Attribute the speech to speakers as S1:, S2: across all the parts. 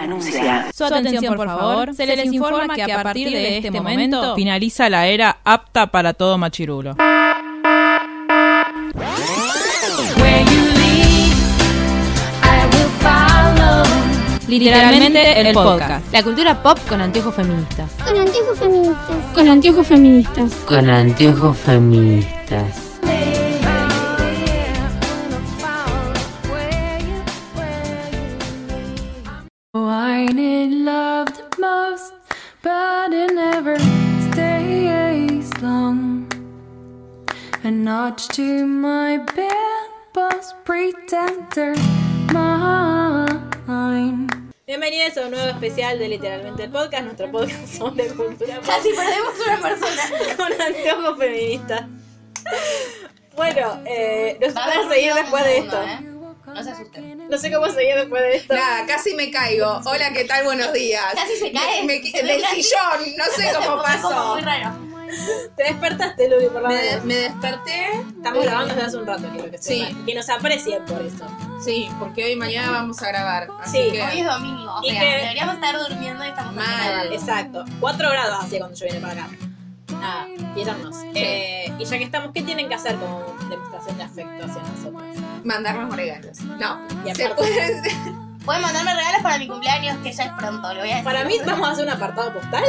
S1: anuncia.
S2: Su atención, por favor. Se les informa que a partir de este momento
S3: Finaliza la era apta para todo machirulo.
S2: literalmente el podcast.
S4: La cultura pop con anteojos feministas.
S5: Con anteojos feministas. Con anteojos feministas.
S6: Con anteojos feministas.
S2: Bienvenidos a un nuevo especial de Literalmente el Podcast, nuestro podcast sobre cultura pop
S1: Casi perdemos una persona.
S2: con anteojos feministas. Bueno, eh, no sé
S1: Va a
S2: cómo
S1: haber
S2: seguir
S1: ruido
S2: después de
S1: un
S2: esto.
S1: segundo, ¿eh? No se asusten.
S2: No sé cómo seguir después de esto.
S7: Nada, casi me caigo. Hola, ¿qué tal? Buenos días.
S1: Casi se cae.
S7: Me- me- del sillón, no sé cómo
S1: Como
S7: pasó.
S1: muy raro.
S2: Te despertaste, Luli, por la
S7: Me,
S2: menos.
S7: me desperté.
S2: Estamos grabando desde hace un rato, quiero que sepan.
S7: Sí.
S2: Que nos aprecien por eso.
S7: Sí, porque hoy y mañana vamos a grabar. Así
S2: Sí,
S7: que
S1: Hoy es domingo, o
S2: Y
S1: sea,
S2: que-
S1: deberíamos estar durmiendo y estamos
S7: Mal.
S2: Exacto. 4 grados hacía cuando yo vine para acá. Nada, quitarnos. Eh, y ya que estamos, ¿qué tienen que hacer como demostración de afecto hacia nosotros?
S7: mandarnos regalos. No,
S2: Y
S7: se
S2: aparte-
S7: pueden.
S1: Pueden mandarme regalos para mi cumpleaños, que ya es pronto, lo voy a decir.
S2: Para mí vamos a hacer un apartado postal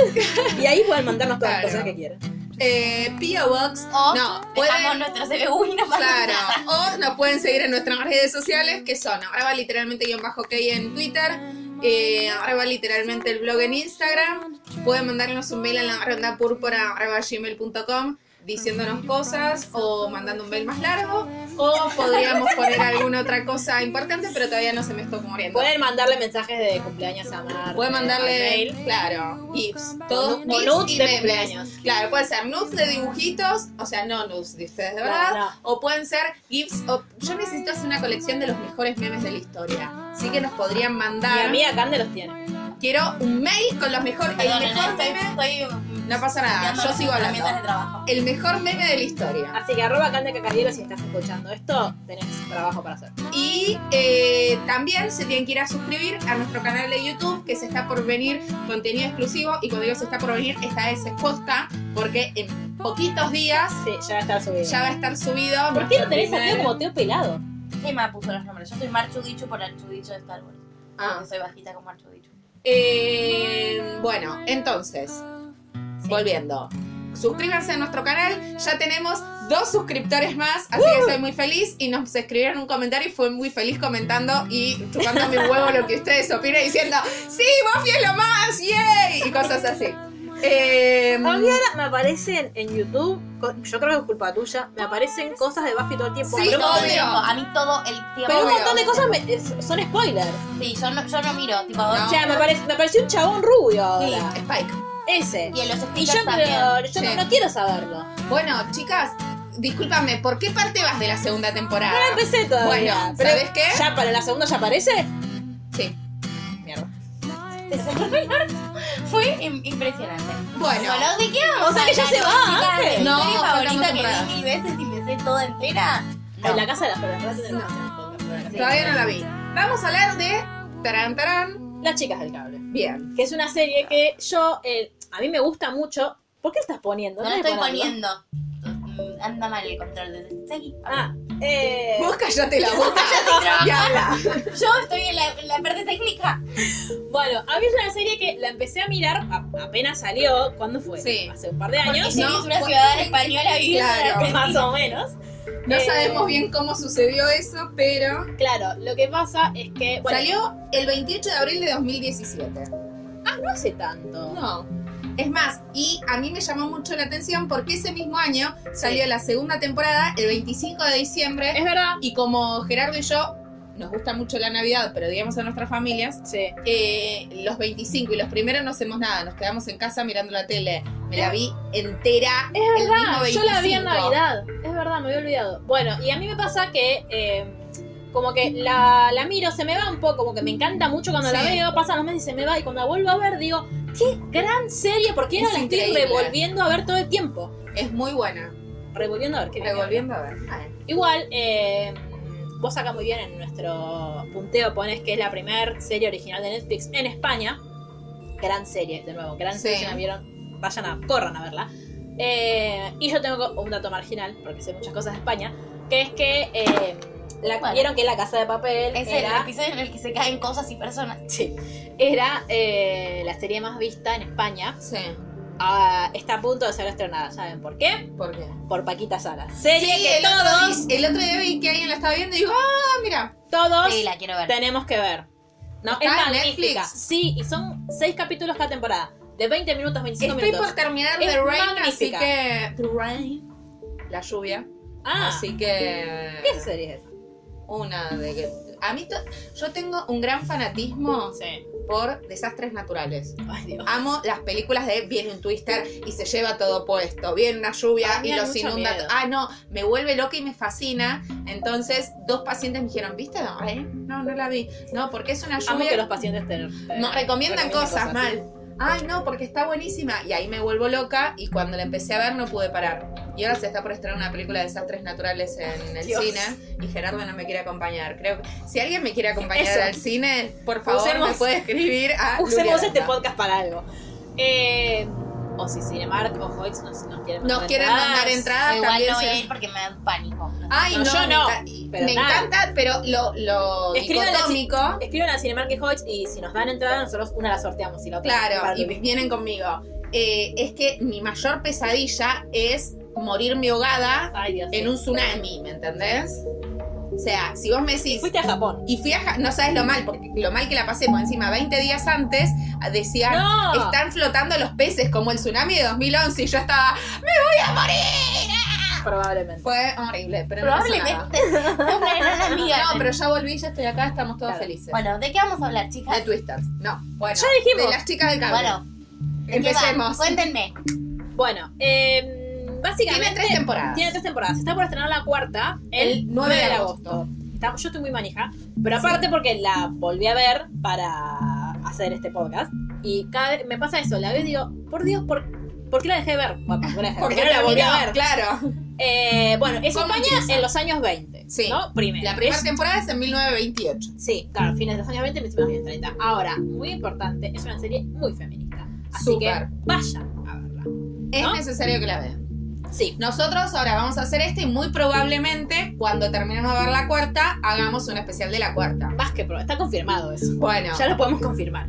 S2: y ahí pueden mandarnos todas las
S7: Claro.
S2: cosas que quieran.
S7: Eh, P.O. Box.
S1: O
S7: No,
S1: dejamos
S7: pueden.
S1: nuestro CBU y nos mandan
S7: Claro,
S1: nada.
S7: o nos pueden seguir en nuestras redes sociales que son arroba literalmente guión bajo K en Twitter, eh, arroba literalmente el blog en Instagram. Pueden mandarnos un mail a la ronda púrpura arroba gmail.com diciéndonos cosas o mandando un mail más largo. O podríamos poner alguna otra cosa importante, pero todavía no se me está ocurriendo.
S2: Pueden mandarle mensajes de cumpleaños a Marta.
S7: Pueden
S2: al
S7: mandarle,
S2: mail,
S7: claro, GIFs,
S2: o
S7: todos
S2: nu- o
S7: GIFs y
S2: nudes de
S7: memes.
S2: cumpleaños.
S7: Claro, puede ser nudes de dibujitos, o sea, no nudes de ustedes de
S2: No,
S7: verdad,
S2: no.
S7: o pueden ser GIFs. O, yo necesito hacer una colección de los mejores memes de la historia, así que nos podrían
S2: Mi
S7: mandar.
S2: amiga Ah, Cande los tiene.
S7: Quiero un mail con los mejores,
S1: Perdón,
S7: el mejor
S1: no,
S2: este
S1: estoy,
S7: meme,
S1: estoy
S7: no pasa nada,
S1: estudiando
S7: yo sigo
S1: las herramientas
S7: hablando.
S1: de trabajo.
S7: El mejor meme de la historia.
S2: Así que arroba Cande Cacarielo si estás escuchando esto, tenés trabajo para hacer.
S7: Y eh, también se tienen que ir a suscribir a nuestro canal de YouTube, que se está por venir contenido exclusivo. Y cuando digo se está por venir, esta es expuesta, porque en poquitos días eh,
S2: Sí, ya va a estar subido.
S7: ya va Mm. a estar subido.
S2: ¿Por qué lo tenés a
S7: nuestro
S2: Teo
S7: primer-
S2: como Teo pelado?
S1: Emma puso los nombres. Yo soy Marchu Dichu por Archu Dichu de Star Wars.
S7: Ah,
S1: Porque soy bajita como Archu Dichu.
S7: eh, bueno, entonces, volviendo. Suscríbanse a nuestro canal, ya tenemos dos suscriptores más, así que soy muy feliz. Y nos escribieron un comentario y fue muy feliz comentando y chupando mi huevo lo que ustedes opinen diciendo, sí, Buffy es lo más, yay, y cosas así. Eh,
S2: A mí ahora me aparecen en YouTube, co- yo creo que es culpa tuya, me aparecen cosas de Buffy todo el tiempo.
S7: Sí,
S2: pero,
S1: Todo el
S7: obvio.
S1: tiempo, a mí todo el tiempo.
S2: pero un
S7: obvio.
S2: montón de cosas me- es- son spoilers.
S1: Sí, yo no, yo no miro, tipo.
S2: O
S7: Ah.
S2: sea, me, apare- me apareció un chabón rubio ahora.
S7: Spike.
S2: Ese.
S1: Y en los
S2: Y
S1: stickers
S2: yo,
S1: también.
S2: creo- yo
S7: Sí.
S2: no quiero saberlo.
S7: Bueno, chicas, discúlpame, ¿por qué parte vas de la segunda temporada?
S2: No empecé todavía.
S7: Ah. Bueno,
S2: pero
S7: ¿sabes qué?
S2: ¿Ya para la segunda ya aparece?
S7: Sí.
S2: Mierda.
S1: Te cerró el orto. Fue im- impresionante.
S7: Bueno,
S1: Bueno, ¿de qué vamos?
S2: O sea, que ya
S1: hablar,
S2: se va
S1: chicas?
S2: antes.
S1: Mi
S7: No,
S1: serie
S7: faltan
S1: favorita que
S7: temporadas.
S1: vi mil veces y me sé toda entera. No.
S2: En la casa de las flores. de las flores.
S1: Sí.
S7: todavía no la vi. Vamos a hablar de Tarán Tarán.
S2: Las chicas del cable.
S7: Bien.
S2: Que es una serie que yo. eh, a mí me gusta mucho. ¿Por qué estás poniendo?
S1: No la
S2: le
S1: estoy
S2: pongas,
S1: poniendo. Mm, Anda mal el control de Seguí.
S2: Ah, eh.
S7: Vos callate la boca y habla.
S1: Yo estoy en la, en la parte técnica.
S2: Bueno, a mí es una serie que la empecé a mirar a- apenas salió. ¿Cuándo fue?
S7: Sí.
S2: Hace un par de
S1: Porque
S2: años.
S1: si
S7: no,
S1: eres una
S7: fue-
S1: ciudadana española viviendo en
S7: Claro.
S1: Argentina.
S2: Más o menos.
S7: No
S2: Eh,
S7: sabemos bien cómo sucedió eso, pero
S2: Claro, lo que pasa es que. bueno,
S7: salió el 28 de abril de 2017.
S2: No hace tanto.
S7: No. Es más, y a mí me llamó mucho la atención porque ese mismo año salió la segunda temporada, el 25 de diciembre,
S2: Es verdad.
S7: y como Gerardo y yo nos gusta mucho la Navidad, pero digamos a nuestras familias,
S2: Sí.
S7: eh, los 25 y los primeros no hacemos nada, nos quedamos en casa mirando la tele. Me la vi entera.
S2: Es
S7: el
S2: verdad,
S7: mismo
S2: yo la vi en
S7: 25.
S2: Navidad. Es verdad, me había olvidado. Bueno, y a mí me pasa que eh, como que la, la miro, se me va un poco, como que me encanta mucho cuando la
S7: Sí.
S2: veo, pasan los meses y se me va, y cuando la vuelvo a ver digo, qué gran serie, porque ahora
S7: Es
S2: la estoy
S7: increíble.
S2: revolviendo a ver todo el tiempo.
S7: Es muy buena.
S2: Revolviendo a ver, qué
S7: Revolviendo a ver.
S2: Igual, eh, vos acá muy bien en nuestro punteo pones que es la primera serie original de Netflix en España. Gran serie, de nuevo, gran
S7: Sí.
S2: serie, si no la vieron, vayan a, corran a verla. Eh, y yo tengo un dato marginal, porque sé muchas cosas de España, que es que eh, la,
S1: Bueno.
S2: vieron que la casa de papel
S1: Es el
S2: era,
S1: episodio en el que se caen cosas y personas.
S2: sí, era eh, la serie más vista en España.
S7: Sí,
S2: Ah, está a punto de ser estrenada, ¿saben por qué?
S7: ¿por qué?
S2: Por Paquita Sala. Serie
S7: Sí,
S2: que
S7: el otro,
S2: todos,
S7: di- el otro día vi que alguien la estaba viendo y digo, ah, mira.
S2: todos
S1: Sí, la quiero ver.
S2: tenemos que ver. No,
S7: ¿Está
S2: es
S7: en
S2: magnífica.
S7: Netflix?
S2: Sí, y son seis capítulos cada temporada. De 20 minutos, 25
S7: Estoy
S2: minutos.
S7: por terminar
S2: Es
S7: The Rain, así
S2: magnífica.
S7: que. The Rain. La lluvia.
S2: Ah,
S7: Así que.
S2: ¿Qué serie es esa?
S7: Una de que. A mí, to- yo tengo un gran fanatismo
S2: Sí.
S7: por desastres naturales.
S2: Ay, Dios.
S7: Amo las películas de viene un twister y se lleva todo puesto, viene una lluvia
S2: Ah,
S7: y
S2: me da
S7: los
S2: mucho
S7: inunda.
S2: miedo.
S7: Ah, no, me vuelve loca y me fascina. Entonces, dos pacientes me dijeron, ¿viste? No, ¿eh? no, no la vi. No, porque es una
S2: Amo que
S7: lluvia.
S2: los pacientes te, te-
S7: Nos recomiendan
S2: recomienden
S7: cosas, mal. Ay, no, porque está buenísima. Y ahí me vuelvo loca y cuando la empecé a ver no pude parar. Y ahora se está por estrenar una película de desastres naturales en el
S2: Dios.
S7: cine y Gerardo no me quiere acompañar. Creo que si alguien me quiere acompañar
S2: Eso.
S7: al cine, por favor, me
S2: Usemos-
S7: puede escribir a Lulia
S2: Usemos este
S7: Danda.
S2: podcast para algo. Eh, o si Cinemark o Hoix nos, nos quieren
S7: Nos quieren mandar entradas
S1: Igual
S7: también.
S1: no voy
S7: se- Ah,
S1: a ir porque me da pánico.
S7: Ay, no,
S2: No, yo
S7: me,
S2: no,
S7: enca-
S2: pero
S7: me
S2: nada.
S7: encanta, pero lo, lo
S2: Escriban así.
S7: dicotómico,
S2: Escriban a Cinemark y Hoix y si nos dan entrada, nosotros una la sorteamos y la otra. para
S7: claro,
S2: el
S7: y
S2: domingo.
S7: vienen conmigo. Eh, es que mi mayor pesadilla es morirme ahogada
S2: Ay, Dios.
S7: en
S2: sí.
S7: un tsunami, ¿me entendés? O sea, si vos me decís.
S2: Fuiste a Japón.
S7: Y fui a. Ja- No sabes lo mal, porque lo mal que la pasé, porque encima 20 días antes decían.
S2: No.
S7: Están flotando los peces como el tsunami de 2011 y yo estaba. ¡Me voy a morir!
S2: Probablemente.
S7: Fue horrible, pero no pasó nada.
S1: Probablemente una gran amiga.
S7: No, pero ya volví, ya estoy acá, estamos todos
S2: Claro.
S7: felices.
S1: Bueno, ¿de qué vamos a hablar,
S7: De
S1: chicas?
S7: Twisters. No, bueno.
S2: Ya dijimos.
S7: De las chicas del cable.
S1: Bueno, ¿de qué va?
S7: empecemos.
S1: Cuéntenme.
S2: Bueno, eh, básicamente.
S7: Tiene tres temporadas.
S2: Tiene tres temporadas. Está por estrenar la cuarta el,
S7: El
S2: 9 de agosto. Está- yo estoy muy manija. Pero aparte porque la volví a ver para hacer este podcast. Y cada vez me pasa eso. La vez digo, por Dios, ¿por, por qué la dejé de ver? Bueno, ¿por qué la dejé de ver?
S7: Porque
S2: ¿Por qué no la volví a
S7: terminó,
S2: ver.
S7: Claro.
S2: Eh, bueno, es
S7: ¿Cómo
S2: España
S7: empieza?
S2: en los años 20.
S7: Sí.
S2: ¿no? Primero.
S7: La primera
S2: Es-
S7: temporada es en 1928.
S2: Sí, claro, fines de los años 20, principios de los años 30. Ahora, muy importante, es una serie muy feminista. Así
S7: Súper.
S2: que vayan a verla.
S7: Es
S2: ¿No?
S7: necesario que la vean.
S2: Sí.
S7: Nosotros ahora vamos a hacer este y muy probablemente cuando terminemos de ver la cuarta, hagamos un especial de la cuarta.
S2: Más que pro, está confirmado eso.
S7: Bueno,
S2: Ya lo podemos confirmar.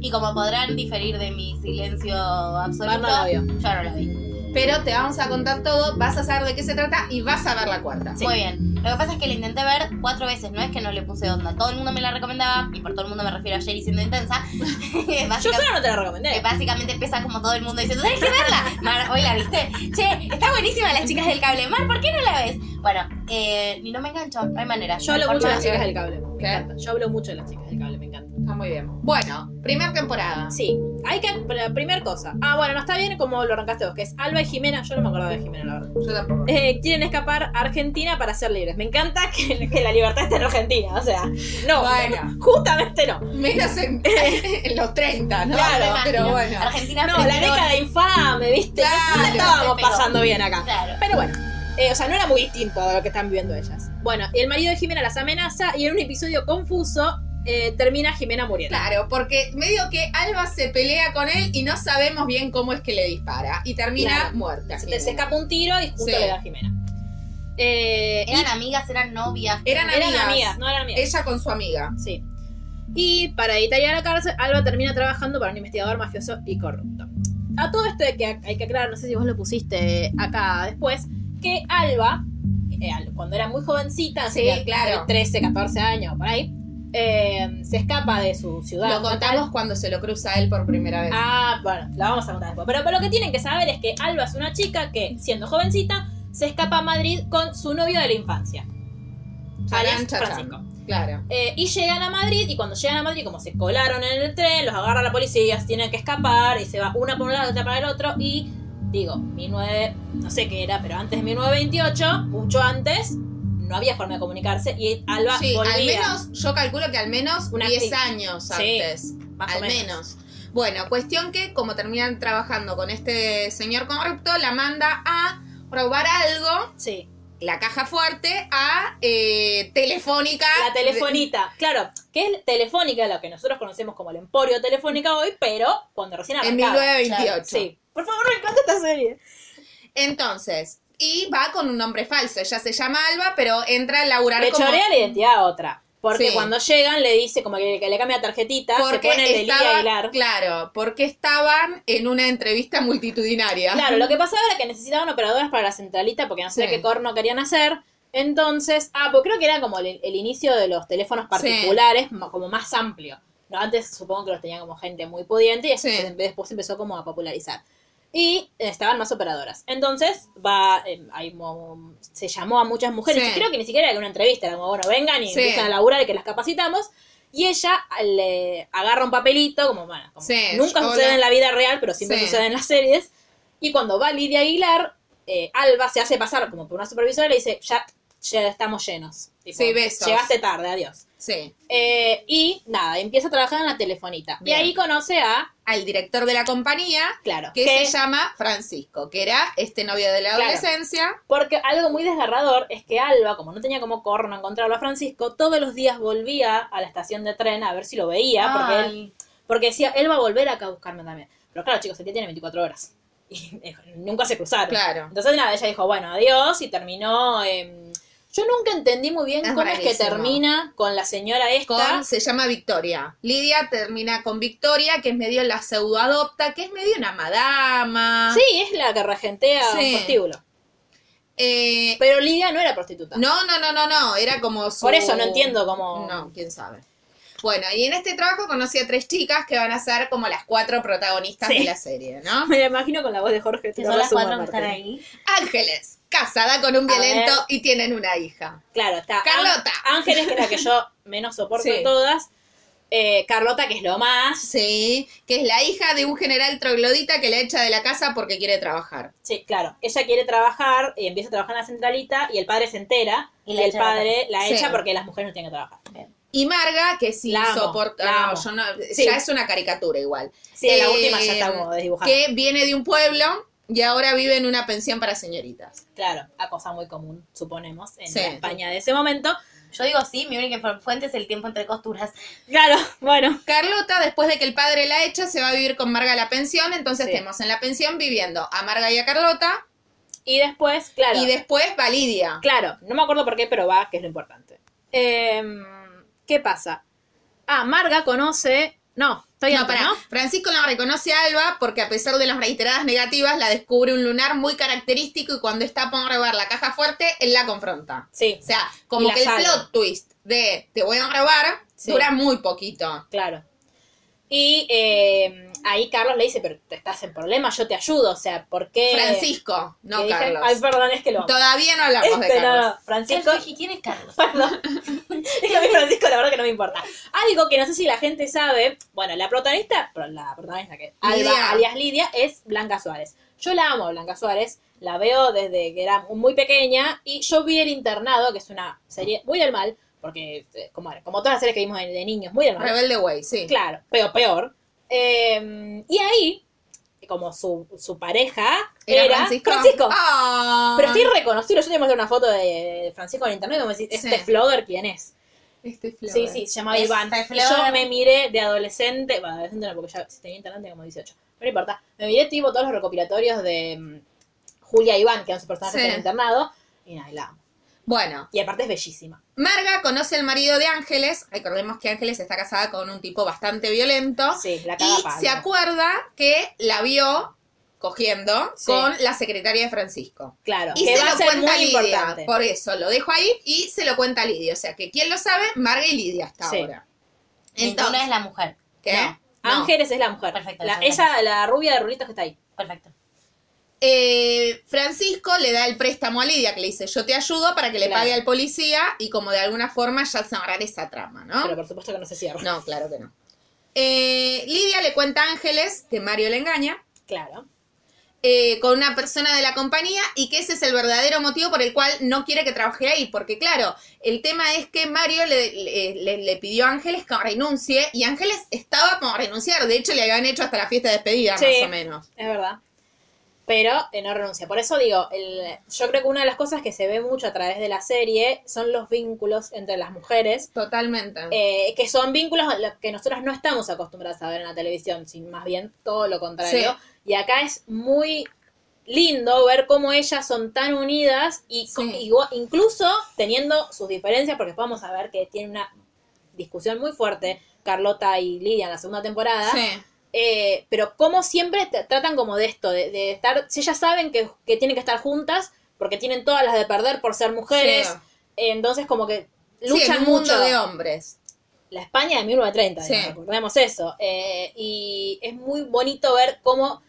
S1: Y como podrán diferir de mi silencio absoluto,
S2: Bar no la vio.
S1: yo no la vi.
S7: pero te vamos a contar todo, vas a saber de qué se trata y vas a ver la cuarta.
S1: Muy bien. Lo que pasa es que la intenté ver cuatro veces, no es que no le puse onda. Todo el mundo me la recomendaba, y por todo el mundo me refiero a Jerry siendo intensa.
S2: Yo
S1: Básicamente-
S2: solo no te la
S1: que
S2: recomendé.
S1: básicamente pesa como todo el mundo diciendo, tenés que verla. Mar, hoy la viste. Che, está buenísima las chicas del cable. Mar, ¿por qué no la ves? Bueno, eh, no me engancho, no hay manera.
S2: Yo hablo mucho de las
S7: que-
S2: chicas del cable. Me
S7: ¿Qué?
S2: encanta. Yo hablo mucho de las chicas del cable, me encanta.
S7: Está muy bien. Bueno, primera temporada.
S2: Sí, hay que. La primera cosa. Ah, bueno, no está bien como lo arrancaste vos, que es Alba y Jimena. Yo no me acordaba de Jimena, la verdad.
S7: Yo tampoco.
S2: Eh, quieren escapar a Argentina para ser libres. Me encanta que, que la libertad esté en Argentina. O sea, no.
S7: Bueno.
S2: Justamente no.
S7: Menos en, en los 30, ¿no?
S2: Eh. Claro,
S7: pero bueno.
S1: Argentina
S2: No, la
S1: primero.
S2: década infame, ¿viste?
S7: Claro,
S2: no la estábamos
S1: te pegó.
S2: pasando bien acá.
S1: Claro.
S2: Pero bueno, eh, o sea, no era muy distinto de lo que están viviendo ellas. Bueno, el marido de Jimena las amenaza y en un episodio confuso eh, termina Jimena muriendo.
S7: Claro, porque medio que Alba se pelea con él y no sabemos bien cómo es que le dispara. Y termina
S2: Claro.
S7: muerta.
S2: Se, te- se escapa un tiro y justo
S7: Sí.
S2: le da a Jimena. Eh, y-
S1: Eran amigas, eran novias.
S7: Eran,
S2: eran
S7: amigas.
S2: amigas, no eran amigas.
S7: Ella con su amiga.
S2: Sí. Y para evitar ir a la cárcel, Alba termina trabajando para un investigador mafioso y corrupto. A todo esto de que hay que aclarar, no sé si vos lo pusiste acá después, que Alba, eh, al- cuando era muy jovencita,
S7: Sí,
S2: tenía
S7: claro.
S2: 13, 14 años, por ahí, eh, se escapa de su ciudad.
S7: Lo contamos cuando se lo cruza a él por primera vez.
S2: Ah, bueno, la vamos a contar después. Pero, pero lo que tienen que saber es que Alba es una chica que, siendo jovencita, se escapa a Madrid con su novio de la infancia, alias
S7: Charán, chachán.
S2: Francisco.
S7: Claro.
S2: Eh, y llegan a Madrid, y cuando llegan a Madrid, como se colaron en el tren, los agarra la policía, se tienen que escapar, y se va una por un lado, otra para el otro, y digo, 19, no sé qué era, pero antes de 1928, mucho antes, no había forma de comunicarse, y Alba
S7: Sí,
S2: volvía.
S7: al menos, yo calculo que al menos
S2: Una
S7: 10
S2: actriz.
S7: años
S2: Sí,
S7: antes.
S2: más o
S7: al menos. Bueno, cuestión que como terminan trabajando con este señor corrupto, la manda a robar algo
S2: Sí,
S7: la caja fuerte a eh, telefónica.
S2: La telefonita, claro, que es telefónica, lo que nosotros conocemos como el emporio telefónica hoy, pero cuando recién
S7: de- en
S2: arrancaba.
S7: 1928.
S2: Sí. Por favor, me encanta esta serie.
S7: Entonces, y va con un nombre falso. Ella se llama Alba, pero entra a laburar
S2: Le
S7: como...
S2: chorea la identidad a otra. Porque
S7: Sí.
S2: cuando llegan le dice como que, que le cambia la tarjetita, se pone el de Lía Aguilar.
S7: claro, porque estaban en una entrevista multitudinaria.
S2: Claro, lo que pasaba era que necesitaban operadoras para la centralita porque no sé
S7: Sí.
S2: qué corno querían hacer. Entonces, ah, pues creo que era como el, el inicio de los teléfonos particulares, ma- como más amplio. No, antes supongo que los tenía como gente muy pudiente y eso
S7: Sí.
S2: se- después se empezó como a popularizar. Y estaban más operadoras. Entonces, va, eh, hay mo- se llamó a muchas mujeres.
S7: Sí.
S2: Y creo que ni siquiera era una entrevista, era como, bueno, vengan y
S7: Sí.
S2: empiezan a laburar y que las capacitamos. Y ella le agarra un papelito, como, bueno, como
S7: Sí,
S2: nunca
S7: hola.
S2: sucede en la vida real, pero siempre
S7: Sí.
S2: sucede en las series. Y cuando va Lidia Aguilar, eh, Alba se hace pasar como por una supervisora y le dice, ya, ya estamos llenos. Tipo,
S7: Sí, besos.
S2: Llegaste tarde, adiós.
S7: Sí,
S2: Eh, y nada, empieza a trabajar en la telefonita.
S7: Bien.
S2: Y ahí conoce a,
S7: al director de la compañía,
S2: claro,
S7: que
S2: que-
S7: se llama Francisco, que era este novio de la
S2: Claro.
S7: adolescencia.
S2: porque algo muy desgarrador es que Alba, como no tenía como corno encontrarlo a Francisco, todos los días volvía a la estación de tren a ver si lo veía, porque,
S7: Ah,
S2: él-
S1: Ay.
S2: porque decía, él va a volver acá a buscarme también. Pero claro, chicos, el día tiene 24 horas. Y eh, nunca se cruzaron.
S7: Claro.
S2: Entonces nada, ella dijo, bueno, adiós y terminó... em, yo nunca entendí muy bien
S7: Es
S2: cómo es que
S7: rarísimo.
S2: termina con la señora esta.
S7: Con, se llama Victoria. Lidia termina con Victoria, que es medio la pseudoadopta, que es medio una madama.
S2: Sí, es la que regentea
S7: Sí.
S2: un prostíbulo.
S7: Eh,
S2: Pero Lidia no era prostituta.
S7: no, no, no, no, no. Era como su.
S2: Por eso no entiendo cómo...
S7: No, quién sabe. Bueno, y en este trabajo conocí a tres chicas que van a ser como las cuatro protagonistas
S2: Sí.
S7: de la serie, ¿no?
S2: Me la imagino con la voz de Jorge.
S1: Que
S2: te lo
S1: son las
S2: resumo,
S1: cuatro que están
S2: Martín.
S1: ahí.
S7: Ángeles, casada con un violento
S2: ver.
S7: y tienen una hija.
S2: Claro, está.
S7: Carlota.
S2: Ángel- Ángeles, que es la que yo menos soporto
S7: Sí.
S2: de todas. Eh, Carlota, que es lo más.
S7: Sí, que es la hija de un general troglodita que la echa de la casa porque quiere trabajar.
S2: Sí, claro. Ella quiere trabajar, eh, empieza a trabajar en la centralita y el padre se entera.
S1: Y
S2: Y,
S1: la
S2: el
S1: echa de la
S2: padre la
S7: Sí.
S2: echa porque las mujeres no tienen que trabajar.
S7: Y Marga, que es
S2: La amo, la
S7: insoportable.
S2: amo.
S7: yo no,
S2: Sí.
S7: Ya es una caricatura igual.
S2: Sí,
S7: Eh,
S2: la última ya está como desdibujada.
S7: Que viene de un pueblo y ahora vive en una pensión para señoritas.
S2: Claro, a cosa muy común, suponemos, en
S7: Sí.
S2: la España de ese momento.
S1: Yo digo sí, mi única fu- fuente es el tiempo entre costuras.
S2: Claro, bueno.
S7: Carlota, después de que el padre la echa, se va a vivir con Marga a la pensión. Entonces
S2: Sí.
S7: tenemos en la pensión viviendo a Marga y a Carlota.
S2: Y después, claro.
S7: Y después va Lidia.
S2: Claro, no me acuerdo por qué, pero va, que es lo importante. Em, ¿Qué pasa? Ah, Marga conoce. No, estoy
S7: No,
S2: antes,
S7: pará.
S2: ¿no?
S7: Francisco la reconoce a Alba porque a pesar de las reiteradas negativas la descubre un lunar muy característico y cuando está por robar la caja fuerte, él la confronta.
S2: Sí,
S7: O sea,
S2: Y
S7: como
S2: la
S7: que el
S2: salva.
S7: plot twist de te voy a robar
S2: Sí.
S7: dura muy poquito.
S2: claro. Y em, ahí Carlos le dice, pero te estás en problemas, yo te ayudo. O sea, ¿por qué?
S7: Francisco, no
S2: Eh, que dije-
S7: Carlos.
S2: Ay, perdón, es que lo amo.
S7: Todavía no hablamos de
S2: Este, no,
S7: Carlos.
S2: no, Francisco.
S1: Yo dije, ¿quién es Carlos?
S2: Perdón. Es que a mí Francisco la verdad que no me importa. Algo que no sé si la gente sabe, bueno, la protagonista, pero la protagonista que es Alba,
S7: Lidia.
S2: alias Lidia, es Blanca Suárez. Yo la amo, a Blanca Suárez, la veo desde que era muy pequeña y yo vi El Internado, que es una serie muy del mal, porque eh, como, como todas las series que vimos de, de niños, muy del mal.
S7: Rebelde Way, sí.
S2: Claro, pero peor. Eh, y ahí, como su, su pareja
S7: Era
S2: era,
S7: Francisco.
S2: Francisco.
S7: Ay.
S2: Pero sí reconocido, yo te mostré una foto de Francisco en internet y me decís, ¿este
S7: Ah. Sí.
S2: flogger quién es?
S7: Este flower.
S2: Sí, sí, se llamaba
S1: Este
S2: Iván. Y
S1: flogger.
S2: Yo me miré de adolescente, bueno, adolescente no, porque ya si tenía internet tenía como 18, pero no importa. Me miré tipo todos los recopilatorios de mm, Julia y Iván, que eran sus personajes
S7: Sí.
S2: en el internado, y nada, la amo.
S7: Bueno,
S2: Y aparte es bellísima.
S7: Marga conoce al marido de Ángeles. Recordemos que Ángeles está casada con un tipo bastante violento.
S2: Sí, la caga
S7: y
S2: palo.
S7: se acuerda que la vio cogiendo
S2: Sí.
S7: con la secretaria de Francisco.
S2: Claro,
S7: Y
S2: que
S7: se
S2: va a
S7: lo
S2: ser
S7: cuenta
S2: muy
S7: Lidia.
S2: importante.
S7: Por eso lo dejo ahí y se lo cuenta Lidia. O sea que quien lo sabe, Marga y Lidia hasta
S2: Sí.
S7: ahora.
S1: Ninguna
S7: Entonces,
S1: es la mujer.
S7: ¿qué?
S2: No.
S7: No.
S2: Ángeles es la mujer.
S1: Perfecto,
S2: la,
S1: ya
S2: esa, la rubia de rulitos que está ahí.
S1: Perfecto.
S7: Eh, Francisco le da el préstamo a Lidia, que le dice, yo te ayudo para que le
S2: Claro.
S7: pague al policía y como de alguna forma ya cerrar esa trama, ¿no?
S2: Pero por supuesto que no se cierra.
S7: No, claro que no. Eh, Lidia le cuenta a Ángeles que Mario le engaña
S2: Claro.
S7: eh, con una persona de la compañía y que ese es el verdadero motivo por el cual no quiere que trabaje ahí. Porque, claro, el tema es que Mario le, le- le- le pidió a Ángeles que renuncie y Ángeles estaba como a renunciar. De hecho, le habían hecho hasta la fiesta de despedida,
S2: Sí.
S7: más o menos.
S2: Es verdad. pero eh, no renuncia. Por eso digo, el- yo creo que una de las cosas que se ve mucho a través de la serie son los vínculos entre las mujeres,
S7: Totalmente.
S2: eh, que son vínculos a los que nosotros no estamos acostumbradas a ver en la televisión, sino más bien todo lo contrario. Y acá es muy lindo ver cómo ellas son tan unidas y con-
S7: Sí.
S2: igua- incluso teniendo sus diferencias, porque después vamos a ver que tiene una discusión muy fuerte Carlota y Lidia en la segunda temporada.
S7: sí.
S2: Eh, pero como siempre te- tratan como de esto, de, de estar, si ellas saben que, que tienen que estar juntas, porque tienen todas las de perder por ser mujeres,
S7: Sí.
S2: eh, entonces como
S7: Sí,
S2: que
S7: en
S2: luchan
S7: un
S2: mucho.
S7: mundo de hombres.
S2: La España de 1930,
S7: Sí.
S2: digamos, recordemos eso. Eh, y es muy bonito ver cómo,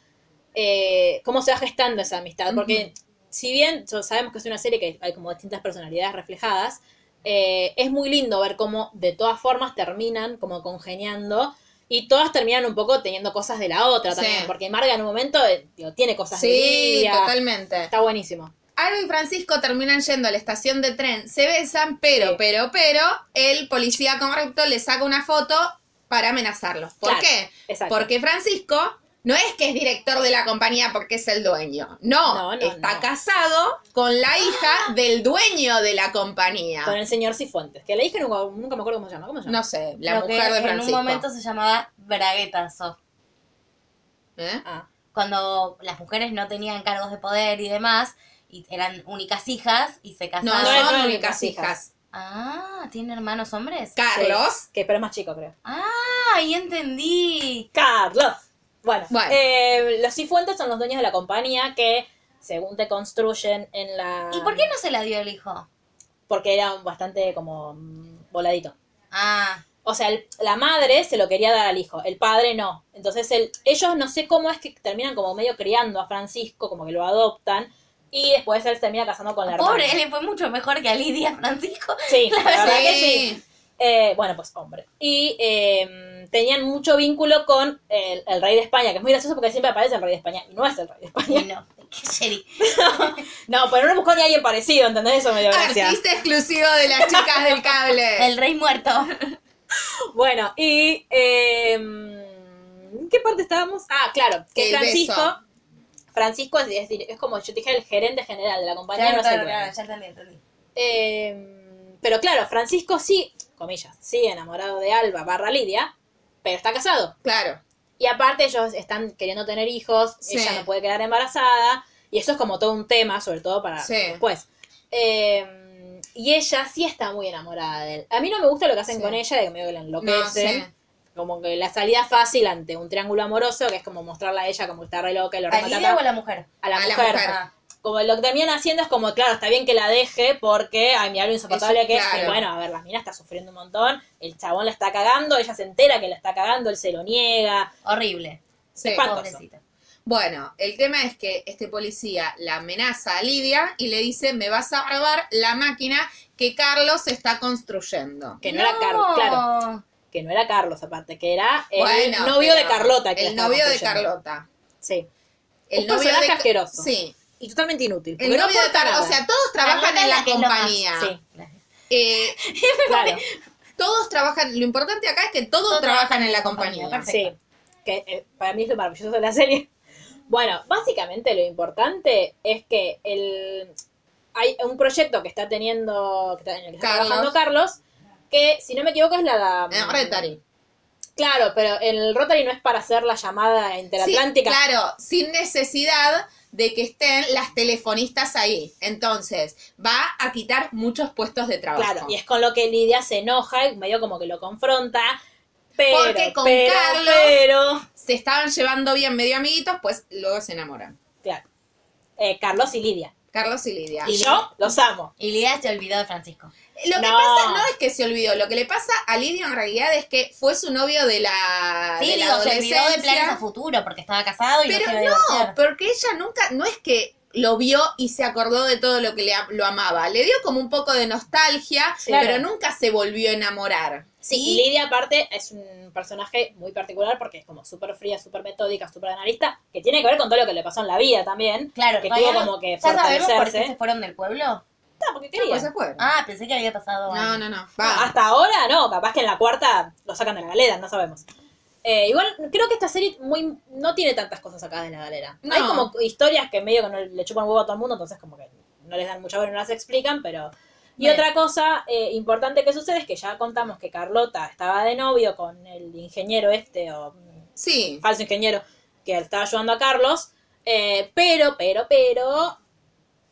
S2: eh, cómo se va gestando esa amistad, porque si bien so- sabemos que es una serie que hay como distintas personalidades reflejadas, eh, es muy lindo ver cómo de todas formas terminan como congeniando y todas terminan un poco teniendo cosas de la otra
S7: Sí.
S2: también, porque Marga en un momento eh, digo, tiene cosas de
S7: Sí,
S2: Lidia.
S7: totalmente.
S2: Está buenísimo.
S7: Aro y Francisco terminan yendo a la estación de tren, se besan, pero,
S2: Sí.
S7: pero, pero, el policía corrupto le saca una foto para amenazarlos. ¿Por
S2: Claro,
S7: qué?
S2: exacto.
S7: Porque Francisco no es que es director de la compañía porque es el dueño. No,
S2: No, no,
S7: está
S2: no.
S7: casado con la hija del dueño de la compañía.
S2: Con el señor Cifuentes, que la hija nunca, nunca me acuerdo cómo se llama. ¿Cómo se llama?
S7: No sé, la
S1: Lo que
S7: mujer de
S1: en
S7: Francisco.
S1: un momento se llamaba braguetazo.
S7: ¿Eh?
S2: Ah.
S1: Cuando las mujeres no tenían cargos de poder y demás, y eran únicas hijas y se
S7: No,
S1: casaron.
S2: no es-
S7: son
S2: no es
S7: únicas
S2: las hijas.
S7: hijas.
S1: Ah, ¿tiene hermanos hombres?
S7: Carlos,
S2: Sí, que pero es más chico, creo.
S1: Ah, ahí entendí.
S2: Carlos. Bueno,
S7: Bueno.
S2: eh, los Cifuentes son los dueños de la compañía que, según te construyen en la...
S1: ¿Y por qué no se la dio el hijo?
S2: Porque era bastante como mm, voladito.
S1: Ah,
S2: O sea, el- la madre se lo quería dar al hijo, el padre no. Entonces el- ellos no sé cómo es que terminan como medio criando a Francisco, como que lo adoptan, y después él se termina casando con la
S1: pobre,
S2: hermana.
S1: le fue mucho mejor que a Lidia Francisco.
S2: Sí, la verdad que sí.
S7: Sí.
S2: Eh, bueno, pues hombre. Y eh, tenían mucho vínculo con el, el rey de España, que es muy gracioso porque siempre aparece el rey de España, y no es el rey de España.
S1: Y no, qué sheri.
S2: No, pero no buscó ni a alguien parecido, ¿entendés? Eso me dio gracia.
S7: Artista exclusivo de las chicas del cable.
S1: El rey muerto.
S2: Bueno, y. eh, ¿En qué parte estábamos? Ah, claro, que
S7: El
S2: Francisco.
S7: beso.
S2: Francisco es, es dir- es como yo te dije, el gerente general de la compañía.
S1: Claro,
S2: no sé
S1: claro,
S2: qué.
S1: claro, ya entendí, entendí.
S2: Eh, pero claro, Francisco sí, comillas, sí enamorado de Alba barra Lidia, pero está casado.
S7: Claro.
S2: Y aparte ellos están queriendo tener hijos,
S7: Sí.
S2: ella no puede quedar embarazada, y eso es como todo un tema, sobre todo para
S7: Sí.
S2: después. Eh, y ella sí está muy enamorada de él. A mí no me gusta lo que hacen
S7: Sí.
S2: con ella, de que medio que la
S7: No,
S2: enloquecen.
S7: sí.
S2: Como que la salida fácil ante un triángulo amoroso, que es como mostrarla a ella como que está re loca y lo
S1: ¿A Lidia o a
S2: remata
S1: la mujer?
S2: a la
S7: a la
S2: mujer.
S7: mujer.
S1: Ah,
S2: Como lo que terminan haciendo es como, claro, está bien que la deje porque, ay, mira lo insoportable
S7: Eso,
S2: que es.
S7: claro.
S2: Y bueno, a ver, la mina está sufriendo un montón, el chabón la está cagando, ella se entera que la está cagando, él se lo niega.
S1: horrible.
S7: Sí.
S2: Espantoso.
S1: Pobrecita.
S7: Bueno, el tema es que este policía la amenaza a Lidia y le dice, me vas a robar la máquina que Carlos está construyendo.
S2: Que no, era Carlos, claro. que no era Carlos aparte, que era el
S7: Bueno,
S2: novio de
S7: pero
S2: Carlota. Que la
S7: El
S2: estaba
S7: novio de
S2: construyendo.
S7: Carlota.
S2: Sí.
S7: El
S2: Un personaje
S7: Ca-
S2: asqueroso.
S7: Sí.
S2: Y totalmente inútil.
S7: El
S2: porque no
S7: novio de
S2: aporta
S7: Carlos. O
S2: nada.
S7: sea, todos trabajan
S1: Carlota
S7: en
S1: es la
S7: la
S1: que es lo más,
S7: compañía.
S2: Sí,
S7: Eh,
S2: claro.
S7: todos trabajan, lo importante acá es que todos,
S1: Todos
S7: trabajan en la compañía.
S2: sí. Que eh, para mí es lo maravilloso de la serie. Bueno, básicamente lo importante es que el hay un proyecto que está teniendo, que está, en el que está
S7: Carlos.
S2: trabajando Carlos, que si no me equivoco es la...
S7: En Rotary.
S2: Claro, pero el Rotary no es para hacer la llamada
S7: Sí,
S2: interatlántica.
S7: claro, sin necesidad de que estén las telefonistas ahí. Entonces, va a quitar muchos puestos de trabajo.
S2: Claro, y es con lo que Lidia se enoja y medio como que lo confronta. Pero,
S7: Porque con
S2: pero,
S7: Carlos-
S2: pero-
S7: se estaban llevando bien medio amiguitos, pues luego se enamoran.
S2: Claro. Eh, Carlos y Lidia.
S7: Carlos y Lidia.
S2: Y yo los amo.
S1: Y Lidia se olvidó de Francisco.
S7: Lo que
S2: No.
S7: pasa no es que se olvidó, lo que le pasa a Lidia en realidad es que fue su novio de la,
S2: Ah,
S1: Sí,
S7: de la
S1: digo, se olvidó de planes a
S7: adolescencia.
S1: futuro porque estaba casado y no se iba a
S7: Pero no,
S1: divorciar.
S7: porque ella nunca, no es que lo vio y se acordó de todo lo que le, lo amaba. Le dio como un poco de nostalgia,
S2: Sí.
S7: pero nunca se volvió a enamorar.
S2: Sí, y Lidia aparte es un personaje muy particular porque es como súper fría, súper metódica, súper analista, que tiene que ver con todo lo que le pasó en la vida también.
S1: Claro,
S2: que
S1: todavía
S2: tuvo
S1: no-
S2: como que
S1: ¿Ya sabemos por qué
S2: fortalecerse.
S1: se fueron del pueblo?
S2: No, porque
S7: No,
S2: quería.
S7: pues se fue.
S1: Ah, pensé que había pasado.
S7: No,
S1: algo.
S2: Ah,
S7: no, no. Va.
S2: Hasta ahora no, capaz que en la cuarta lo sacan de la galera, no sabemos. Eh, igual creo que esta serie muy no tiene tantas cosas acá de la galera.
S7: No.
S2: Hay como historias que medio que no le chupan huevo a todo el mundo, entonces como que no les dan mucha bola, no las explican, pero... Y
S1: Bueno.
S2: otra cosa eh, importante que sucede es que ya contamos que Carlota estaba de novio con el ingeniero este, o mm,
S7: Sí.
S2: falso ingeniero, que estaba ayudando a Carlos, eh, pero, pero, pero,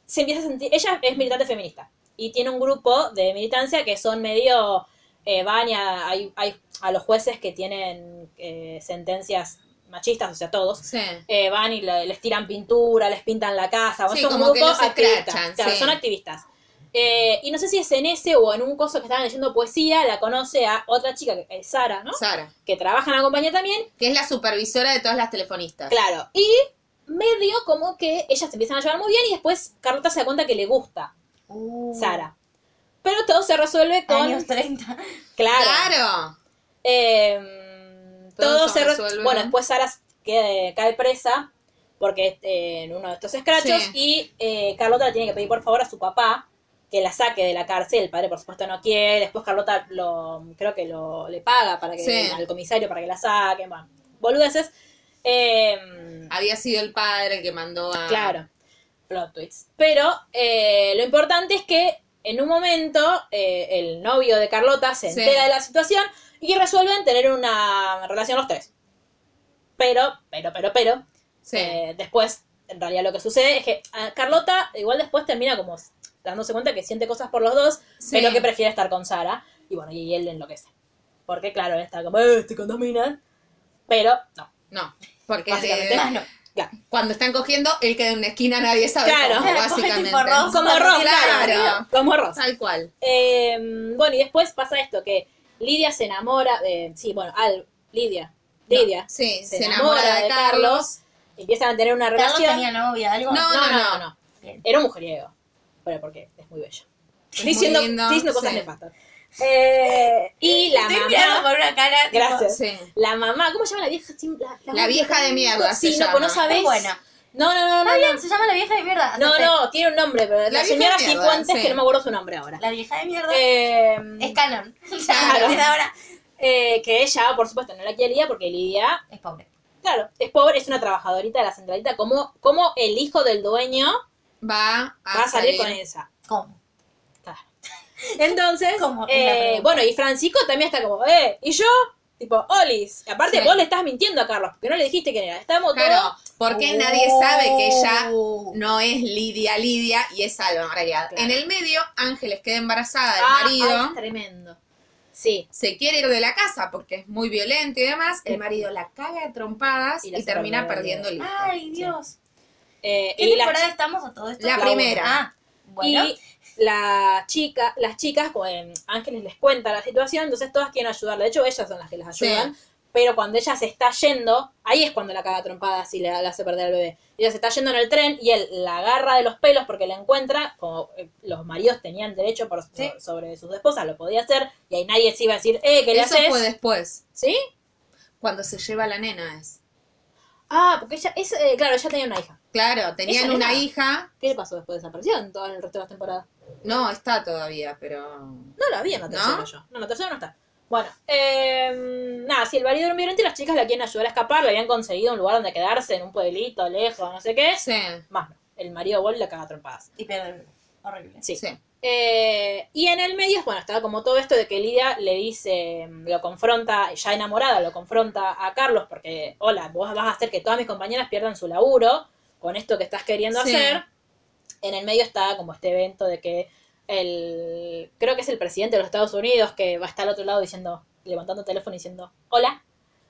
S2: se empieza a sentir, ella es militante feminista y tiene un grupo de militancia que son medio, eh, van y a, hay- hay- a los jueces que tienen eh, sentencias machistas, o sea, todos,
S7: Sí.
S2: eh, van y le- les tiran pintura, les pintan la casa, o
S7: Sí,
S2: son
S7: como que
S2: grupos
S7: los escrachan,
S2: activistas. Claro,
S7: sí.
S2: son activistas. Eh, y no sé si es en ese o en un coso que estaban leyendo poesía, la conoce a otra chica, que es Sara, ¿no?
S7: Sara,
S2: Que trabaja en la compañía también,
S7: que es la supervisora de todas las telefonistas.
S2: Claro, y medio como que ellas se empiezan a llevar muy bien y después Carlota se da cuenta que le gusta
S7: Mm.
S2: Sara. Pero todo se resuelve con...
S1: Uh, Años 30.
S2: Claro.
S7: Claro.
S2: Em, todo,
S7: Todo se
S2: se re-
S7: resuelve.
S2: Bueno, después Sara queda- cae presa porque eh, en uno de estos escrachos y eh, Carlota le tiene que pedir por favor a su papá que la saque de la cárcel. El padre, por supuesto, no quiere. Después Carlota lo, creo que lo, le paga para que
S7: Sí.
S2: al comisario para que la saquen. Bueno, boludeces. Em,
S7: Había sido el padre el que mandó a.
S2: Claro. Plot twists. Pero eh, lo importante es que en un momento eh, el novio de Carlota se
S7: Sí.
S2: entera de la situación y resuelven tener una relación los tres. Pero, pero, pero, pero,
S7: Sí.
S2: eh, después, en realidad lo que sucede es que a Carlota igual después termina como dándose cuenta que siente cosas por los dos,
S7: Sí.
S2: pero que prefiere estar con Sara. Y bueno, y él enloquece. Porque claro, él está como, eh, estoy con dos minas", Pero, no,
S7: No. Porque
S2: básicamente,
S1: Ah,
S7: de-
S2: no. Claro.
S7: cuando están cogiendo, él queda en una esquina, nadie sabe.
S2: Claro.
S7: cómo,
S1: Claro,
S7: básicamente.
S1: como tipo Ross.
S2: Como
S1: Claro.
S2: Ross, claro. Como Ross.
S7: Tal cual.
S2: Eh, bueno, y después pasa esto, que Lidia se enamora, eh, sí, bueno, Al, Lidia, Lidia,
S7: Sí,
S2: se, enamora, de, Carlos, empiezan a tener una
S1: Carlos
S2: relación.
S1: tenía novia, algo.
S7: No,
S2: no, no, no, no.
S1: Bien.
S2: Era un mujeriego, pero porque es muy bello.
S7: Es
S2: Estoy diciendo,
S7: muy lindo,
S2: estoy diciendo cosas
S7: sí.
S2: nefastas. Eh, y la
S1: Estoy mirando
S2: mamá,
S1: con una cara. tipo,
S2: Gracias.
S7: Sí.
S2: la mamá, ¿cómo se llama la vieja? Sí, La,
S7: La vieja de mierda
S2: Sí,
S7: se
S2: no,
S7: llama.
S2: no sabes.
S1: Es buena.
S2: No, no, no,
S1: Está
S2: no. no.
S1: bien, se llama la vieja de mierda.
S2: No,
S1: acepté.
S2: no, tiene un nombre, pero la,
S7: La vieja
S2: señora
S7: de mierda,
S2: Cifuentes,
S7: sí.
S2: que no me acuerdo su nombre ahora.
S1: La vieja de mierda
S2: Eh,
S1: es canon. Ya,
S2: Claro.
S1: desde ahora
S2: Eh, que ella, por supuesto, no la quiere Lidia porque Lidia,
S1: es pobre.
S2: claro, es pobre, es una trabajadorita de la centralita. Como, como el hijo del dueño
S7: Va a,
S2: va a salir con esa?
S1: ¿Cómo?
S2: Entonces,
S1: Como en la
S2: eh,
S1: pregunta.
S2: bueno, y Francisco también está como, eh, ¿y yo? Tipo, Olis, aparte
S7: Sí.
S2: vos le estás mintiendo a Carlos, porque no le dijiste quién era. Estamos
S7: Claro,
S2: todos...
S7: porque nadie sabe que ella
S1: Uh.
S7: no es Lidia Lidia y es Alba en realidad.
S2: Oh. Claro.
S7: En el medio, Ángeles queda embarazada del
S2: Ah,
S7: marido.
S2: ah, tremendo. Sí.
S7: se quiere ir de la casa porque es muy violento y demás, el marido la caga a trompadas
S2: Y
S7: y,
S2: la saca
S7: termina
S2: medio
S7: perdiendo el hijo.
S1: Ay, Dios.
S2: Eh,
S1: ¿Qué
S2: y la
S1: temporada estamos a todo esto?
S7: La primera.
S1: Ah, bueno.
S2: Y la chica, las chicas, como, eh, Ángeles les cuenta la situación, entonces todas quieren ayudarla. De hecho, ellas son las que las
S7: Sí.
S2: ayudan. Pero cuando ella se está yendo, ahí es cuando la caga a trompadas y la, la hace perder al bebé. Ella se está yendo en el tren y él la agarra de los pelos porque la encuentra, como eh, los maridos tenían derecho por-
S1: Sí.
S2: sobre sus esposas, lo podía hacer, y ahí nadie se iba a decir, eh, ¿qué le
S7: Eso
S2: haces?
S7: fue después,
S2: ¿Sí?
S7: cuando se lleva a la nena es.
S2: Ah, porque ella, es, eh, claro, ella tenía una hija.
S7: Claro, tenían
S2: Esa
S7: una
S2: nena.
S7: hija,
S2: ¿Qué le pasó después? Desapareció en todo el resto de las temporadas.
S7: no está todavía, pero
S2: No la vi en la
S7: ¿No?
S2: tercera yo. No, en la tercera no está. Bueno, eh, nada, si el marido era un violento y las chicas la quieren ayudar a escapar, le habían conseguido un lugar donde quedarse, en un pueblito, lejos, no sé qué.
S7: sí,
S2: Más no, el marido vuelve y la caga a trompadas.
S1: Y pero horrible.
S2: Sí.
S7: sí.
S2: Eh, y en el medio, bueno, estaba como todo esto de que Lidia le dice, mm, lo confronta, ya enamorada, lo confronta a Carlos porque, hola, vos vas a hacer que todas mis compañeras pierdan su laburo con esto que estás queriendo
S7: Sí.
S2: hacer. En el medio está como este evento de que el, creo que es el presidente de los Estados Unidos que va a estar al otro lado diciendo, levantando el teléfono y diciendo, hola.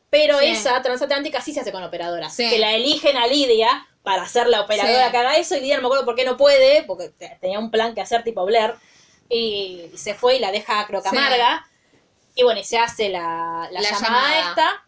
S2: Pero
S7: Sí.
S2: esa transatlántica sí se hace con operadoras,
S7: Sí.
S2: que la eligen a Lidia para ser la operadora
S7: Sí.
S2: que haga eso y Lidia no me acuerdo por qué no puede, porque te- tenía un plan que hacer tipo Blair y se fue y la deja crocamarga. Y bueno, y se hace la, la
S7: La
S2: llamada,
S7: llamada.
S2: esta.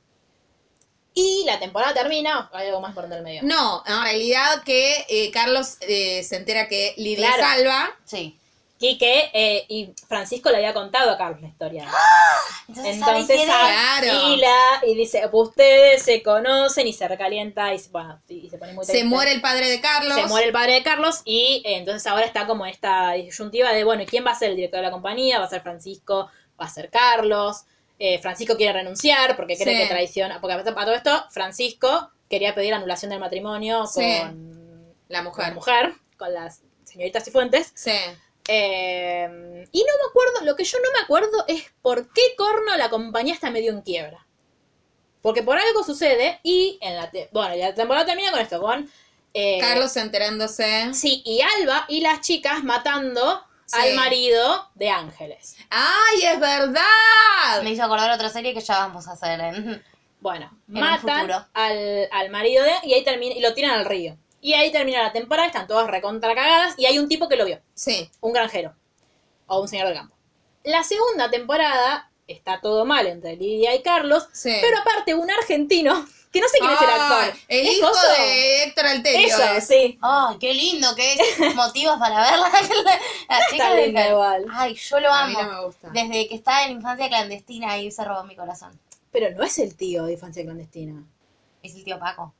S2: Y la temporada termina. ¿O hay algo más por en el medio?
S7: No, en realidad que eh, Carlos eh, se entera que Lidia
S2: Claro.
S7: salva,
S1: Sí.
S2: Y que eh, y Francisco le había contado a Carlos la historia.
S7: Ah,
S1: Entonces, ah, ¿saben
S2: Entonces
S1: quién era?
S7: era? Claro.
S2: alquila y dice, "Pues ustedes se conocen y se recalienta y, se- bueno, y se pone muy
S7: se
S2: triste.
S7: muere el padre de Carlos,
S2: Se muere el padre de Carlos y eh, entonces ahora está como esta disyuntiva de, bueno, ¿y quién va a ser el director de la compañía? ¿Va a ser Francisco? ¿Va a ser Carlos? eh, Francisco quiere renunciar porque cree
S7: Sí.
S2: que traiciona. Porque a todo esto, Francisco quería pedir anulación del matrimonio con
S7: Sí. La
S2: con la
S7: mujer.
S2: mujer, con las señoritas Cifuentes.
S7: Sí.
S2: Eh, y no me acuerdo, lo que yo no me acuerdo es por qué corno la compañía está medio en quiebra. Porque por algo sucede y en la te- bueno, la temporada termina con esto, con eh,
S7: Carlos enterándose.
S2: Sí, y Alba y las chicas matando
S7: Sí.
S2: al marido de Ángeles.
S7: ¡Ay, es verdad!
S1: Me hizo acordar otra serie que ya vamos a hacer ¿eh? en.
S2: Bueno,
S1: En un
S2: matan
S1: futuro.
S2: al, al marido de y ahí termina y lo tiran al río. Y ahí termina la temporada, están todas recontra cagadas y hay un tipo que lo vio.
S7: Sí.
S2: un granjero o un señor del campo. La segunda temporada está todo mal entre Lidia y Carlos,
S7: Sí.
S2: pero aparte un argentino que no sé quién es el
S7: Ah,
S2: actor.
S7: El
S2: ¿Es
S7: hijo
S2: Coso?
S7: de Héctor Alterio.
S2: Eso,
S7: es.
S2: sí.
S1: ¡Ay, qué lindo! ¡Qué motivos para verla! Las chicas
S2: Está
S1: de-
S2: linda igual.
S1: Ay, yo lo
S7: A mí
S1: amo.
S7: no me gusta.
S1: Desde que estaba en infancia clandestina, ahí se robó mi corazón.
S2: Pero no es el tío de infancia clandestina.
S1: Es el tío Paco.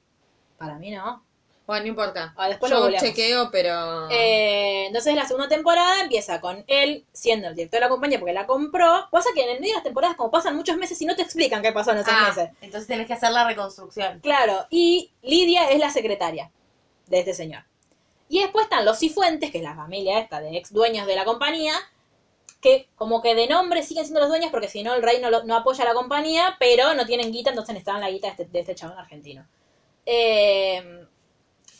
S2: Para mí no.
S7: Bueno, no importa.
S2: Ah, después lo
S7: Yo
S2: googleamos.
S7: chequeo, pero.
S2: Eh, entonces la segunda temporada empieza con él siendo el director de la compañía porque la compró. Pasa que en el medio de las temporadas como pasan muchos meses y no te explican qué pasó en esos
S7: Ah.
S2: meses.
S1: Entonces tenés que hacer la reconstrucción.
S2: Claro, y Lidia es la secretaria de este señor. Y después están los Cifuentes, que es la familia esta de ex dueños de la compañía, que como que de nombre siguen siendo los dueños porque si no el rey no, lo- no apoya a la compañía, pero no tienen guita, entonces necesitan la guita de este, de este chabón argentino. Eh,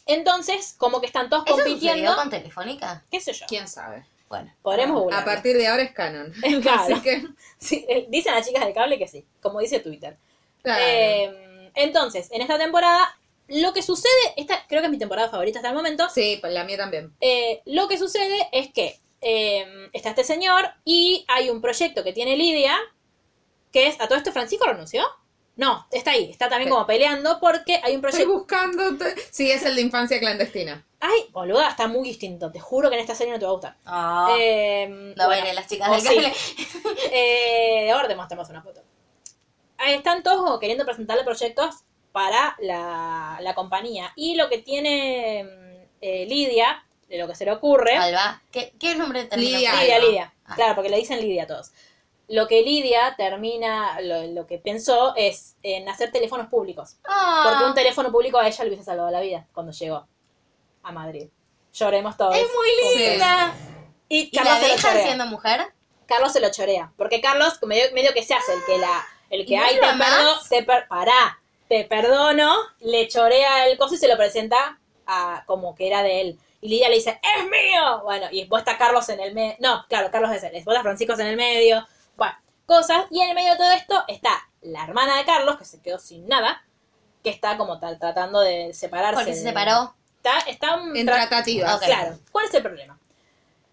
S2: entonces, como que están todos
S1: ¿Eso
S2: compitiendo,
S1: sucedió con Telefónica?
S2: qué sé yo,
S7: ¿Quién sabe?
S1: Bueno.
S2: podremos
S7: A
S2: burlarnos.
S7: partir de ahora es canon.
S2: Claro.
S7: Así que.
S2: Sí, eh, dicen las chicas del cable que sí, como dice Twitter.
S7: Claro.
S2: Eh, entonces, en esta temporada, lo que sucede, esta creo que es mi temporada favorita hasta el momento,
S7: Sí, pues la mía también.
S2: eh, lo que sucede es que eh, está este señor y hay un proyecto que tiene Lidia, que es, ¿a todo esto Francisco renunció? No, está ahí, está también
S7: Sí.
S2: como peleando porque hay un
S7: Estoy
S2: proyecto...
S7: buscándote. Sí, es el de infancia clandestina.
S2: Ay, boluda, está muy distinto, te juro que en esta serie no te va a gustar.
S1: Ah,
S2: Eh,
S1: no
S2: bueno.
S1: bailen las chicas
S2: o
S1: del
S2: sí.
S1: cable.
S2: Eh, ahora te mostramos una foto. Ahí están todos como queriendo presentarle proyectos para la, la compañía. Y lo que tiene mm, eh, Lidia, de lo que se le ocurre.
S1: Alba. ¿Qué, qué nombre termina?
S7: Lidia.
S1: con
S2: Lidia,
S1: Alba?
S2: Lidia.
S1: Ah.
S2: Claro, porque le dicen Lidia a todos. Lo que Lidia termina, lo, lo que pensó es en hacer teléfonos públicos.
S1: Ah.
S2: Porque un teléfono público a ella le hubiese salvado la vida cuando llegó a Madrid. Lloremos todos.
S1: Es muy linda. ¿Y
S2: Y
S1: la
S2: Carlos se lo
S1: dejan
S2: chorea.
S1: siendo mujer?
S2: Carlos se lo chorea. Porque Carlos medio, medio que se hace el que la. El que
S1: ¿Y no
S2: hay te
S1: lo amás?
S2: perdono. Te per- pará, te perdono. Le chorea el coso y se lo presenta a, como que era de él. Y Lidia le dice, ¡es mío! Bueno, y después está Carlos en el medio. No, claro, Carlos es él. Después está Francisco en el medio. Bueno, cosas. Y en el medio de todo esto está la hermana de Carlos, que se quedó sin nada, que está como tal tratando de separarse.
S1: Porque se
S2: de-
S1: separó.
S2: Está, está un
S7: En
S2: tra-
S7: tratativa.
S1: Ok.
S2: Ah, Claro. ¿Cuál es el problema?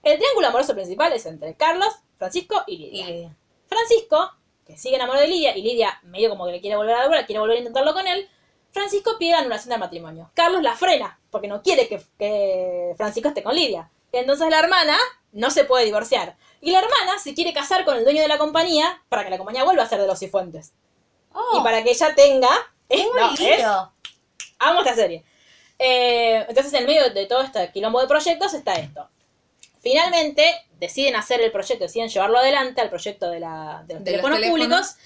S2: El triángulo amoroso principal es entre Carlos, Francisco y
S1: Y
S2: Lidia.
S1: Lidia.
S2: Francisco, que sigue enamorado de Lidia, y Lidia medio como que le quiere volver a dar bola, quiere volver a intentarlo con él, Francisco pide la anulación del matrimonio. Carlos la frena, porque no quiere que, que Francisco esté con Lidia. Entonces la hermana no se puede divorciar. Y la hermana se quiere casar con el dueño de la compañía para que la compañía vuelva a ser de los cifuentes.
S1: Oh,
S2: Y para que ella tenga...
S1: es
S2: Es,
S1: muy
S2: no, es
S1: lindo.
S2: Amo esta serie. Eh, entonces, en medio de todo este quilombo de proyectos está esto. Finalmente, deciden hacer el proyecto, deciden llevarlo adelante al proyecto de, la, de los
S7: De los
S2: teléfonos
S7: teléfonos.
S2: públicos.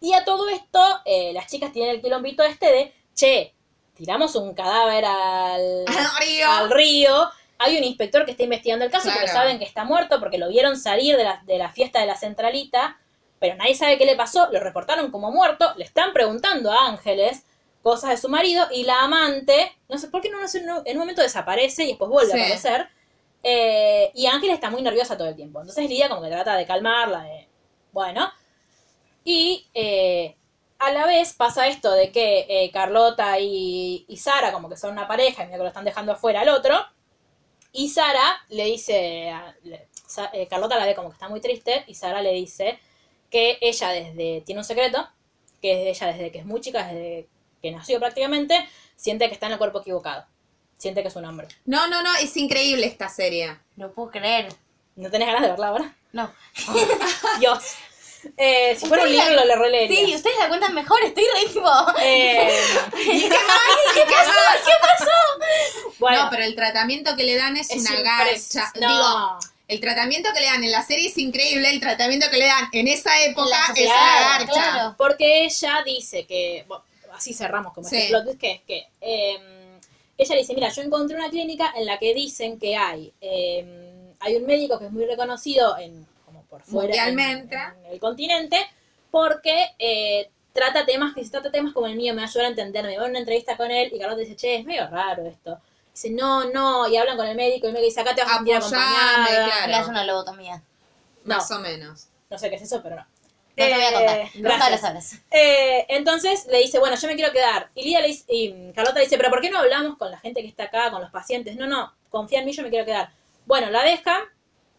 S2: Y a todo esto, eh, las chicas tienen el quilombito este de, che, tiramos un cadáver al,
S7: Al río.
S2: al río. Hay un inspector que está investigando el caso porque
S7: Claro.
S2: saben que está muerto, porque lo vieron salir de la, de la fiesta de la centralita, pero nadie sabe qué le pasó, lo reportaron como muerto, le están preguntando a Ángeles cosas de su marido y la amante, no sé por qué no, no sé, no- en un momento desaparece y después vuelve
S7: Sí.
S2: a aparecer. eh, y Ángeles está muy nerviosa todo el tiempo. Entonces Lidia como que trata de calmarla, de, bueno. Y eh, a la vez pasa esto de que eh, Carlota y, y Sara como que son una pareja y medio que lo están dejando afuera al otro. Y Sara le dice, a- le- Sa- eh, Carlota la ve como que está muy triste y Sara le dice que ella desde, tiene un secreto, que ella desde que es muy chica, desde que nació prácticamente, siente que está en el cuerpo equivocado. Siente que es un hombre.
S7: No, no, no, es increíble esta serie.
S1: No puedo creer.
S2: ¿No tenés ganas de verla ahora?
S1: No.
S2: Dios. Eh, si fuera un
S1: Ustedes
S2: libro
S1: la-
S2: lo releería.
S1: Sí, ustedes la cuentan mejor. Estoy re tipo...
S2: Eh,
S7: ¿Y qué más? ¿Y qué más?
S2: bueno,
S7: No, pero el tratamiento que le dan es,
S2: es
S7: una
S2: impres-
S7: garcha.
S2: No.
S7: Digo, El tratamiento que le dan en la serie es increíble, el tratamiento que le dan en esa época
S1: La
S7: es
S1: sociedad,
S7: una garcha.
S1: claro.
S2: Porque ella dice que. bueno, así cerramos como
S7: Sí.
S2: este plot twist, que es que. eh, ella dice: Mira, yo encontré una clínica en la que dicen que hay. eh, hay un médico que es muy reconocido en, como por fuera. en-
S7: Mundialmente.
S2: En, el continente, porque. eh, Trata temas, que se trata temas como el mío, me ayuda a entenderme. Voy a una entrevista con él y Carlota dice, che, es medio raro esto. Dice, no, no, y hablan con el médico y el médico dice, acá te vas a sentir
S7: Apoyame,
S2: acompañada.
S7: Claro.
S1: Le hace una lobotomía.
S7: Más o menos.
S2: No sé qué es eso, pero no.
S1: No te voy a
S2: Eh,
S1: contar. No
S2: gracias.
S1: lo sabes.
S2: Eh, entonces le dice, bueno, yo me quiero quedar. Y Lidia le dice, y Carlota le dice, pero ¿por qué no hablamos con la gente que está acá, con los pacientes? No, no, confía en mí, yo me quiero quedar. Bueno, la dejan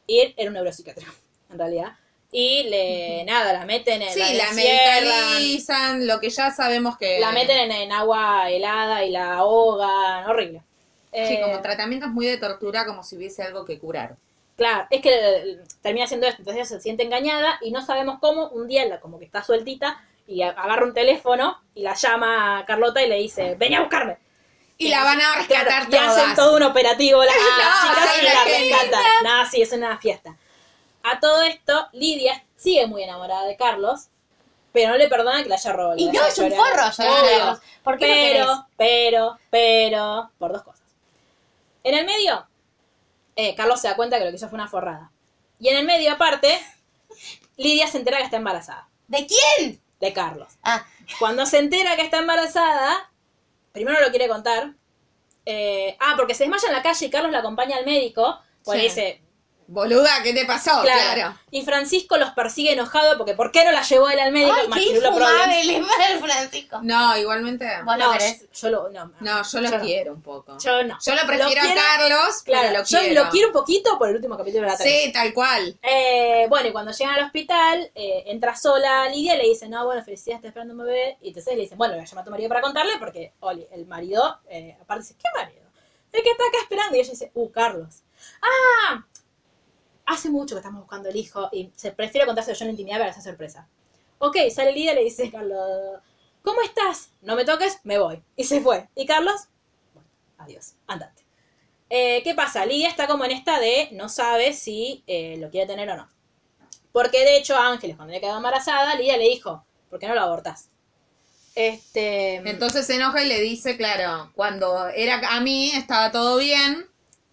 S2: y él era un neuropsiquiatra, en realidad. Y le, nada, Eh, la meten en
S7: Sí, la
S2: encierran,
S7: medicalizan, lo que ya sabemos que...
S2: La meten en, en agua helada y la ahogan, horrible.
S7: Sí,
S2: Eh,
S7: como tratamientos muy de tortura, como si hubiese algo que curar.
S2: Claro, es que eh, termina haciendo esto, entonces ella se siente engañada y no sabemos cómo. Un día la- como que está sueltita y a- agarra un teléfono y la llama a Carlota y le dice, vení a buscarme.
S7: Y la van a rescatar
S2: eh, Claro, y hacen
S7: todas.
S2: todo un operativo las, las chicas
S7: son
S2: y la
S7: las que-
S2: rescatan. Nada, sí, es una fiesta. A todo esto, Lidia sigue muy enamorada de Carlos, pero no le perdona que la haya robado.
S1: Y
S2: la
S1: no,
S2: haya
S1: es un
S2: llorado.
S1: forro
S2: Obvio.
S1: llorar. ¿Por qué no querés?
S2: Pero, pero, pero, por dos cosas. En el medio, eh, Carlos se da cuenta que lo que hizo fue una forrada. Y en el medio, aparte, Lidia se entera que está embarazada,
S1: ¿De quién?
S2: de Carlos.
S1: Ah,
S2: Cuando se entera que está embarazada, primero lo quiere contar. eh, ah, porque se desmaya en la calle y Carlos la acompaña al médico. Pues
S7: Sí.
S2: le dice,
S7: Boluda, ¿qué te pasó?
S2: claro.
S7: Claro.
S2: Y Francisco los persigue enojado porque ¿por qué no la llevó él al médico?
S1: ay, qué
S2: Machirulo Problems.
S1: infumable es para el Francisco.
S7: No, igualmente...
S1: Vos no
S2: No,
S1: querés.
S2: yo, yo lo, no, no,
S7: No, yo lo
S2: Yo no.
S7: quiero un poco. Yo,
S2: yo no.
S7: lo prefiero
S2: quiero-
S7: a Carlos,
S2: Claro,
S7: pero lo
S2: yo
S7: quiero.
S2: lo quiero un poquito por el último capítulo de la tele.
S7: Sí, tal cual.
S2: Eh, bueno, y cuando llegan al hospital, eh, entra sola Lidia y le dicen, no, bueno, felicidades, está esperando un bebé. Y entonces le dicen, bueno, la llama a tu marido para contarle, porque, Oli, el marido, eh, aparte dice, ¿qué marido? El que está acá esperando. Y ella dice, uh, Carlos. Ah, hace mucho que estamos buscando el hijo y se prefiere contárselo yo en la intimidad para hacer sorpresa. Ok, sale Lidia y le dice, Carlos, ¿cómo estás? No me toques, me voy. Y se fue. Y Carlos, bueno, adiós, andate. Eh, ¿Qué pasa? Lidia está como en esta de no sabe si eh, lo quiere tener o no. Porque de hecho Ángeles, cuando le quedó embarazada, Lidia le dijo, ¿por qué no lo abortás? Este,
S7: Entonces se enoja y le dice, claro, cuando era a mí estaba todo bien.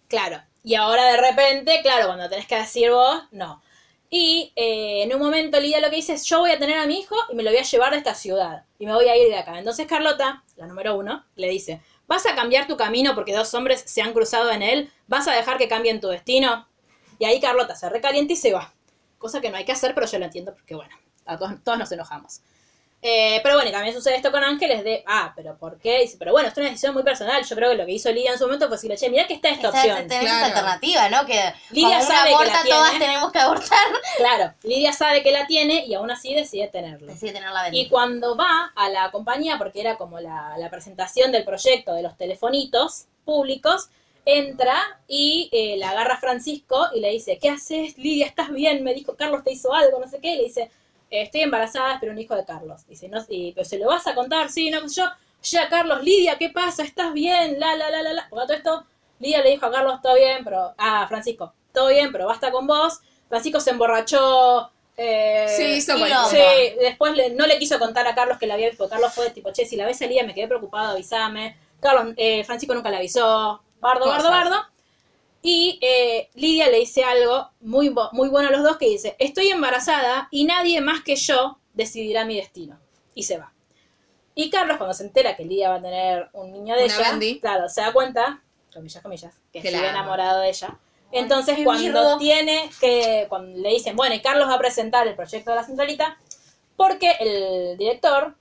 S2: claro. Y ahora de repente, claro, cuando tenés que decir vos, no. Y eh, en un momento Lidia lo que dice es, yo voy a tener a mi hijo y me lo voy a llevar de esta ciudad. Y me voy a ir de acá. Entonces Carlota, la número uno, le dice, ¿vas a cambiar tu camino porque dos hombres se han cruzado en él? ¿Vas a dejar que cambien tu destino? Y ahí Carlota se recalienta y se va. Cosa que no hay que hacer, pero yo lo entiendo porque, bueno, a todos, todos nos enojamos. Eh, pero bueno, y también sucede esto con Ángeles de, ah, pero ¿por qué? Dice, pero bueno, es una decisión muy personal. Yo creo que lo que hizo Lidia en su momento fue decirle, che, mirá que está esta
S1: Esta-
S2: opción.
S1: tenés
S7: Claro.
S1: esa alternativa, ¿no? Que
S2: Lidia
S1: cuando
S2: sabe que
S1: uno aborta,
S2: la tiene.
S1: todas tenemos que abortar.
S2: Claro, Lidia sabe que la tiene y aún así decide tenerlo.
S1: Decide tener la
S2: Y
S1: ventaja.
S2: cuando va a la compañía, porque era como la, la presentación del proyecto de los telefonitos públicos, entra y eh, la agarra Francisco y le dice, ¿qué haces, Lidia? ¿Estás bien? Me dijo, Carlos te hizo algo, no sé qué. Y le dice, "Eh, estoy embarazada, pero un hijo de Carlos. Dice, no, y, pero se lo vas a contar, sí, no, pues yo, ya, Carlos, Lidia, ¿qué pasa? ¿Estás bien? La, la, la, la, la. Porque a todo esto, Lidia le dijo a Carlos, todo bien, pero, ah, Francisco, todo bien, pero basta con vos. Francisco se emborrachó. Eh,
S7: Sí, hizo
S2: y
S7: cualquiera.
S2: Sí, después le- no le quiso contar a Carlos que la había visto. porque Carlos fue tipo, che, si la ves a Lidia me quedé preocupado, avísame. Carlos, eh, Francisco nunca la avisó. Bardo, bardo,
S7: Cosas.
S2: bardo. Y eh, Lidia le dice algo muy, bo- muy bueno a los dos que dice, estoy embarazada y nadie más que yo decidirá mi destino. Y se va. Y Carlos cuando se entera que Lidia va a tener un niño de
S7: Una
S2: ella,
S7: Bendy.
S2: claro, se da cuenta, comillas, comillas, que,
S7: Que la
S2: sigue
S7: ama.
S2: enamorado de ella. Entonces
S1: qué
S2: cuando
S1: birro.
S2: tiene que, cuando le dicen, bueno, y Carlos va a presentar el proyecto de la centralita, porque el director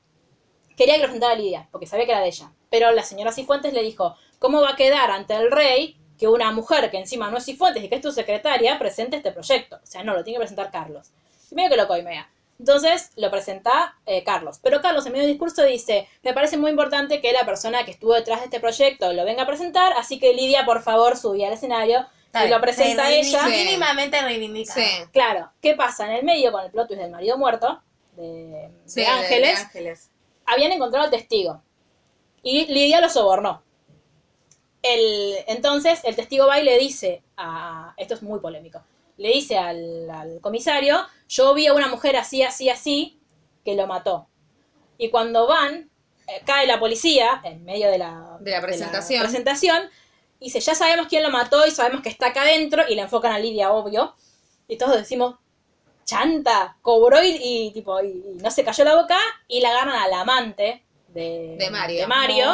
S2: quería que lo presentara Lidia, porque sabía que era de ella. Pero la señora Cifuentes le dijo, ¿cómo va a quedar ante el rey que una mujer que encima no es Cifuentes y que es tu secretaria presente este proyecto? O sea, no, lo tiene que presentar Carlos. Y medio que lo coimea. Entonces lo presenta eh, Carlos. Pero Carlos en medio del discurso dice, me parece muy importante que la persona que estuvo detrás de este proyecto lo venga a presentar, así que Lidia, por favor, subí al escenario
S1: Está
S2: y lo
S1: bien.
S2: presenta
S1: Se
S2: ella.
S1: reivindica, Mínimamente reivindica.
S7: Sí,
S2: Claro, ¿qué pasa? En el medio con el plot twist del marido muerto de,
S7: sí, de- de
S2: de Ángeles,
S7: Ángeles.
S2: habían encontrado al testigo. Y Lidia lo sobornó. El, entonces el testigo va y le dice a... Esto es muy polémico. le dice al, al comisario, yo vi a una mujer así, así, así, que lo mató. Y cuando van, eh, cae la policía en medio de la,
S7: De la presentación.
S2: presentación, y dice, ya sabemos quién lo mató y sabemos que está acá adentro, y la enfocan a Lidia, obvio. Y todos decimos, chanta, cobró y, y, tipo, y, y no se cayó la boca, y la agarran al amante de,
S7: De Mario.
S2: de Mario.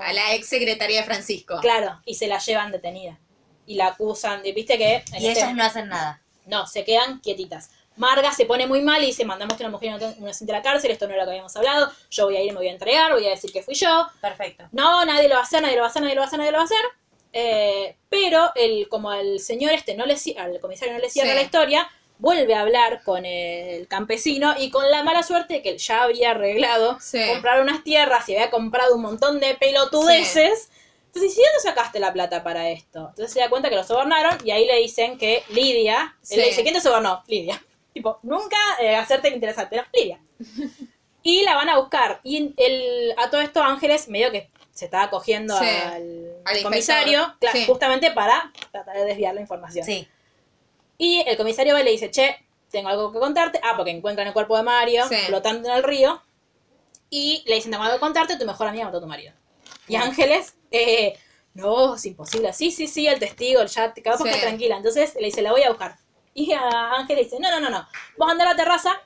S7: A la ex secretaria de Francisco.
S2: Claro, y se la llevan detenida. Y la acusan, de, viste que... en
S1: Y
S2: este-
S1: ellas no hacen nada.
S2: no, se quedan quietitas. Marga se pone muy mal y dice, mandamos a una mujer inocente a la cárcel, esto no era lo que habíamos hablado, yo voy a ir, me voy a entregar, voy a decir que fui yo.
S1: Perfecto.
S2: No, nadie lo va a hacer, nadie lo va a hacer, nadie lo va a hacer, nadie lo va a hacer. Eh, pero el, como al señor este no le ci- al comisario no le cierra
S7: Sí.
S2: la historia, vuelve a hablar con el campesino y con la mala suerte que él ya había arreglado
S7: Sí.
S2: comprar unas tierras y había comprado un montón de pelotudeces. Entonces, ¿y si dónde sacaste la plata para esto? Entonces se da cuenta que lo sobornaron y ahí le dicen que Lidia, él
S7: Sí.
S2: le dice, ¿quién te sobornó? Lidia. Tipo, nunca eh, hacerte el interesante, no, Lidia. Y la van a buscar. Y el, a todo esto Ángeles medio que se estaba cogiendo
S7: Sí.
S2: al,
S7: Al
S2: comisario,
S7: inspector.
S2: cla-
S7: Sí.
S2: justamente para tratar de desviar la información.
S1: Sí.
S2: Y el comisario va y le dice, che, tengo algo que contarte. Ah, porque encuentran el cuerpo de Mario
S7: Sí.
S2: flotando en el río. Y le dicen, tengo algo que contarte, tu mejor amiga mató a tu marido. Y Ángeles, eh, no, es imposible. Sí, sí, sí, el testigo, el chat, capaz
S7: Sí.
S2: que tranquila. Entonces le dice, la voy a buscar. Y a Ángeles dice, no, no, no, no. Vos andá a la terraza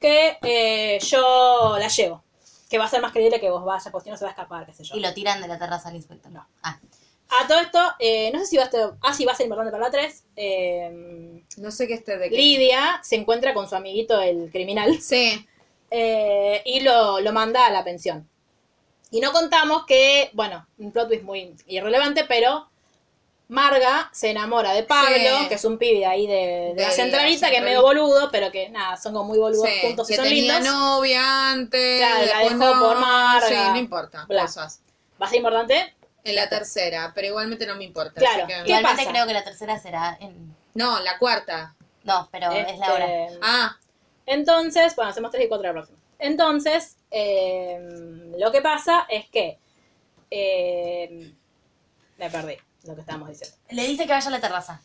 S2: que eh, yo la llevo. Que va a ser más creíble que vos vayas, porque si no se va a escapar, qué sé yo.
S1: Y lo tiran de la terraza al inspector.
S2: No.
S1: Ah,
S2: A todo esto, eh, no sé si va a ser, ah, sí, va a ser importante para la 3. Eh,
S7: No sé qué esté de qué.
S2: Lidia se encuentra con su amiguito el criminal
S7: Sí.
S2: eh, y lo, lo manda a la pensión. Y no contamos que, bueno, un plot twist muy irrelevante, pero Marga se enamora de Pablo,
S7: Sí.
S2: que es un pibe de ahí de, de la
S7: ahí, de
S2: centralita,
S7: la
S2: que es medio boludo, pero que nada, son como muy boludos
S7: sí.
S2: juntos y
S7: Que
S2: son
S7: tenía
S2: lindos.
S7: novia antes.
S2: Claro, la
S7: después
S2: dejó
S7: no.
S2: por Marga.
S7: Sí, no importa.
S2: Bla.
S7: Cosas.
S2: Va a ser importante.
S7: En la tercera, pero igualmente no me importa.
S2: Claro.
S7: así que-
S2: ¿Qué
S1: Igualmente
S2: pasa?
S1: creo que la tercera será en...
S7: No, la cuarta.
S1: No, pero es la
S2: Este,
S1: hora.
S7: Ah,
S2: Entonces, bueno, hacemos 3 y 4 la próxima. Entonces, eh, lo que pasa es que. eh, me perdí lo que estábamos diciendo.
S1: Le dice que vaya a la terraza.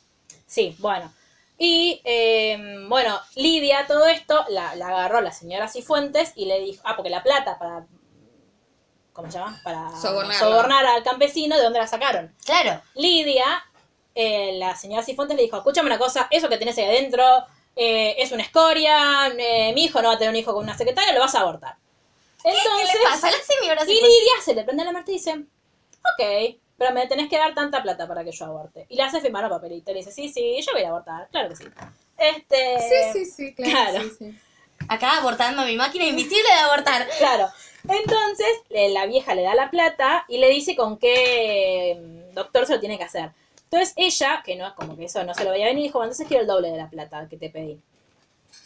S2: Sí, bueno. Y eh, bueno, Lidia, todo esto, la, la agarró la señora Cifuentes y le dijo. Ah, porque la plata para. ¿Cómo se llama? Para
S7: Sobornarlo.
S2: sobornar al campesino, ¿de dónde la sacaron?
S1: Claro.
S2: Lidia, eh, la señora Cifuentes le dijo, escúchame una cosa, eso que tenés ahí adentro eh, es una escoria, eh, mi hijo no va a tener un hijo con una secretaria, lo vas a abortar.
S1: ¿Qué le pasa a
S2: Entonces,
S1: la señora?
S2: y Lidia se le prende la mente y dice, ok, pero me tenés que dar tanta plata para que yo aborte. Y le hace firmar un papelito, y le dice, sí, sí, yo voy a ir a abortar, claro que sí. Este,
S7: sí, sí, sí, claro.
S2: claro.
S7: sí, sí.
S1: Acá abortando mi máquina invisible de abortar.
S2: Claro. Entonces, le- la vieja le da la plata y le dice con qué eh, doctor se lo tiene que hacer. Entonces ella, que no es como que eso no se lo veía venir, dijo, "Bueno, entonces quiero el doble de la plata que te pedí.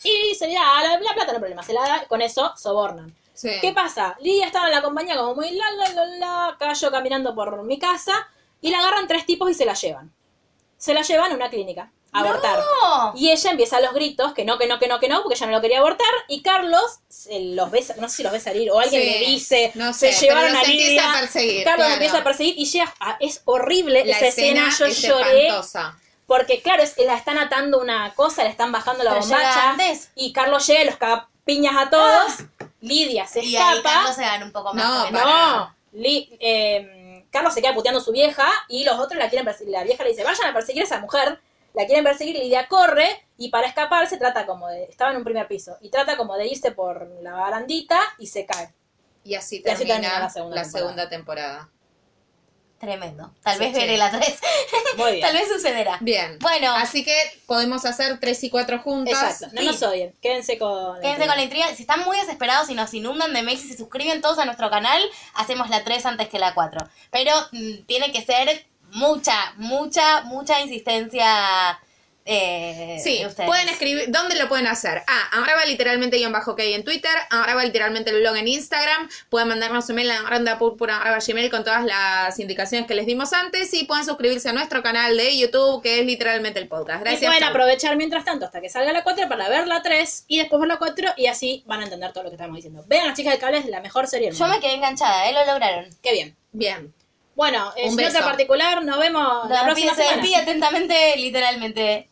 S2: Y se le da la, la plata, no hay problema, se la da, con eso sobornan.
S7: Sí.
S2: ¿Qué pasa? Lidia estaba en la compañía como muy la, la, la, la, cayó caminando por mi casa y la agarran tres tipos y se la llevan. Se la llevan a una clínica a abortar.
S1: No.
S2: Y ella empieza a los gritos, que no, que no, que no, que no, porque ella no lo quería abortar. Y Carlos se los ve, no sé si los ve salir, o alguien
S7: Sí,
S2: le dice,
S7: no sé,
S2: se llevaron
S7: pero
S2: a
S7: los
S2: Lidia.
S7: empieza a perseguir,
S2: Carlos
S7: claro.
S2: empieza a perseguir y llega, a- es horrible
S7: La
S2: esa escena,
S7: escena,
S2: yo
S7: es
S2: lloré.
S7: espantosa.
S2: Porque claro, es- la están atando una cosa, le están bajando la
S1: Pero llega
S2: bombacha.
S1: antes.
S2: Y Carlos llega y los caga piñas a todos. Lidia se
S1: Ah. Y ahí Carlos
S2: escapa.
S1: se gana un poco más.
S7: No,
S1: también.
S7: va-
S2: No, Li- eh, Carlos se queda puteando a su vieja y los otros la quieren perseguir. La vieja le dice, vayan a perseguir a esa mujer. La quieren perseguir, Lidia corre y para escapar se trata como de... Estaba en un primer piso y trata como de irse por la barandita y se cae.
S7: Y así
S2: Y así
S7: termina,
S2: termina la
S7: la,
S2: segunda
S7: segunda,
S2: temporada.
S7: temporada.
S1: Tremendo. Tal
S7: Sí,
S1: vez
S7: sí.
S1: veré la 3.
S2: Muy
S1: Tal
S2: bien.
S1: vez sucederá.
S7: Bien.
S1: Bueno,
S7: Así que podemos hacer tres y cuatro juntas.
S2: Exacto, no
S1: Sí.
S2: nos odien. Quédense con...
S1: quédense con la intriga. Si están muy desesperados y nos inundan de mails y se suscriben todos a nuestro canal, hacemos la 3 antes que la 4. Pero mm, tiene que ser mucha, mucha, mucha insistencia eh,
S7: Sí,
S1: de ustedes.
S7: pueden escribir. ¿Dónde lo pueden hacer? Ah, ahora va literalmente guión bajo que hay en Twitter, ahora va literalmente el blog en Instagram. Pueden mandarnos un mail a rondapurpura.gmail con todas las indicaciones que les dimos antes y pueden suscribirse a nuestro canal de YouTube que es literalmente el podcast.
S2: Y
S7: Gracias.
S2: pueden
S7: chau.
S2: aprovechar mientras tanto hasta que salga la 4 para ver la 3 y después ver la 4 y así van a entender todo lo que estamos diciendo. Vean las chicas de cable, es la mejor serie del
S1: Yo
S2: mundo.
S1: me quedé enganchada, ¿eh? Lo lograron.
S2: Qué bien.
S7: Bien.
S2: Bueno, eh,
S7: Un
S2: en
S7: beso.
S2: particular, nos vemos la
S1: Nos
S2: próxima
S1: pide- se
S2: semana.
S1: despide atentamente, literalmente.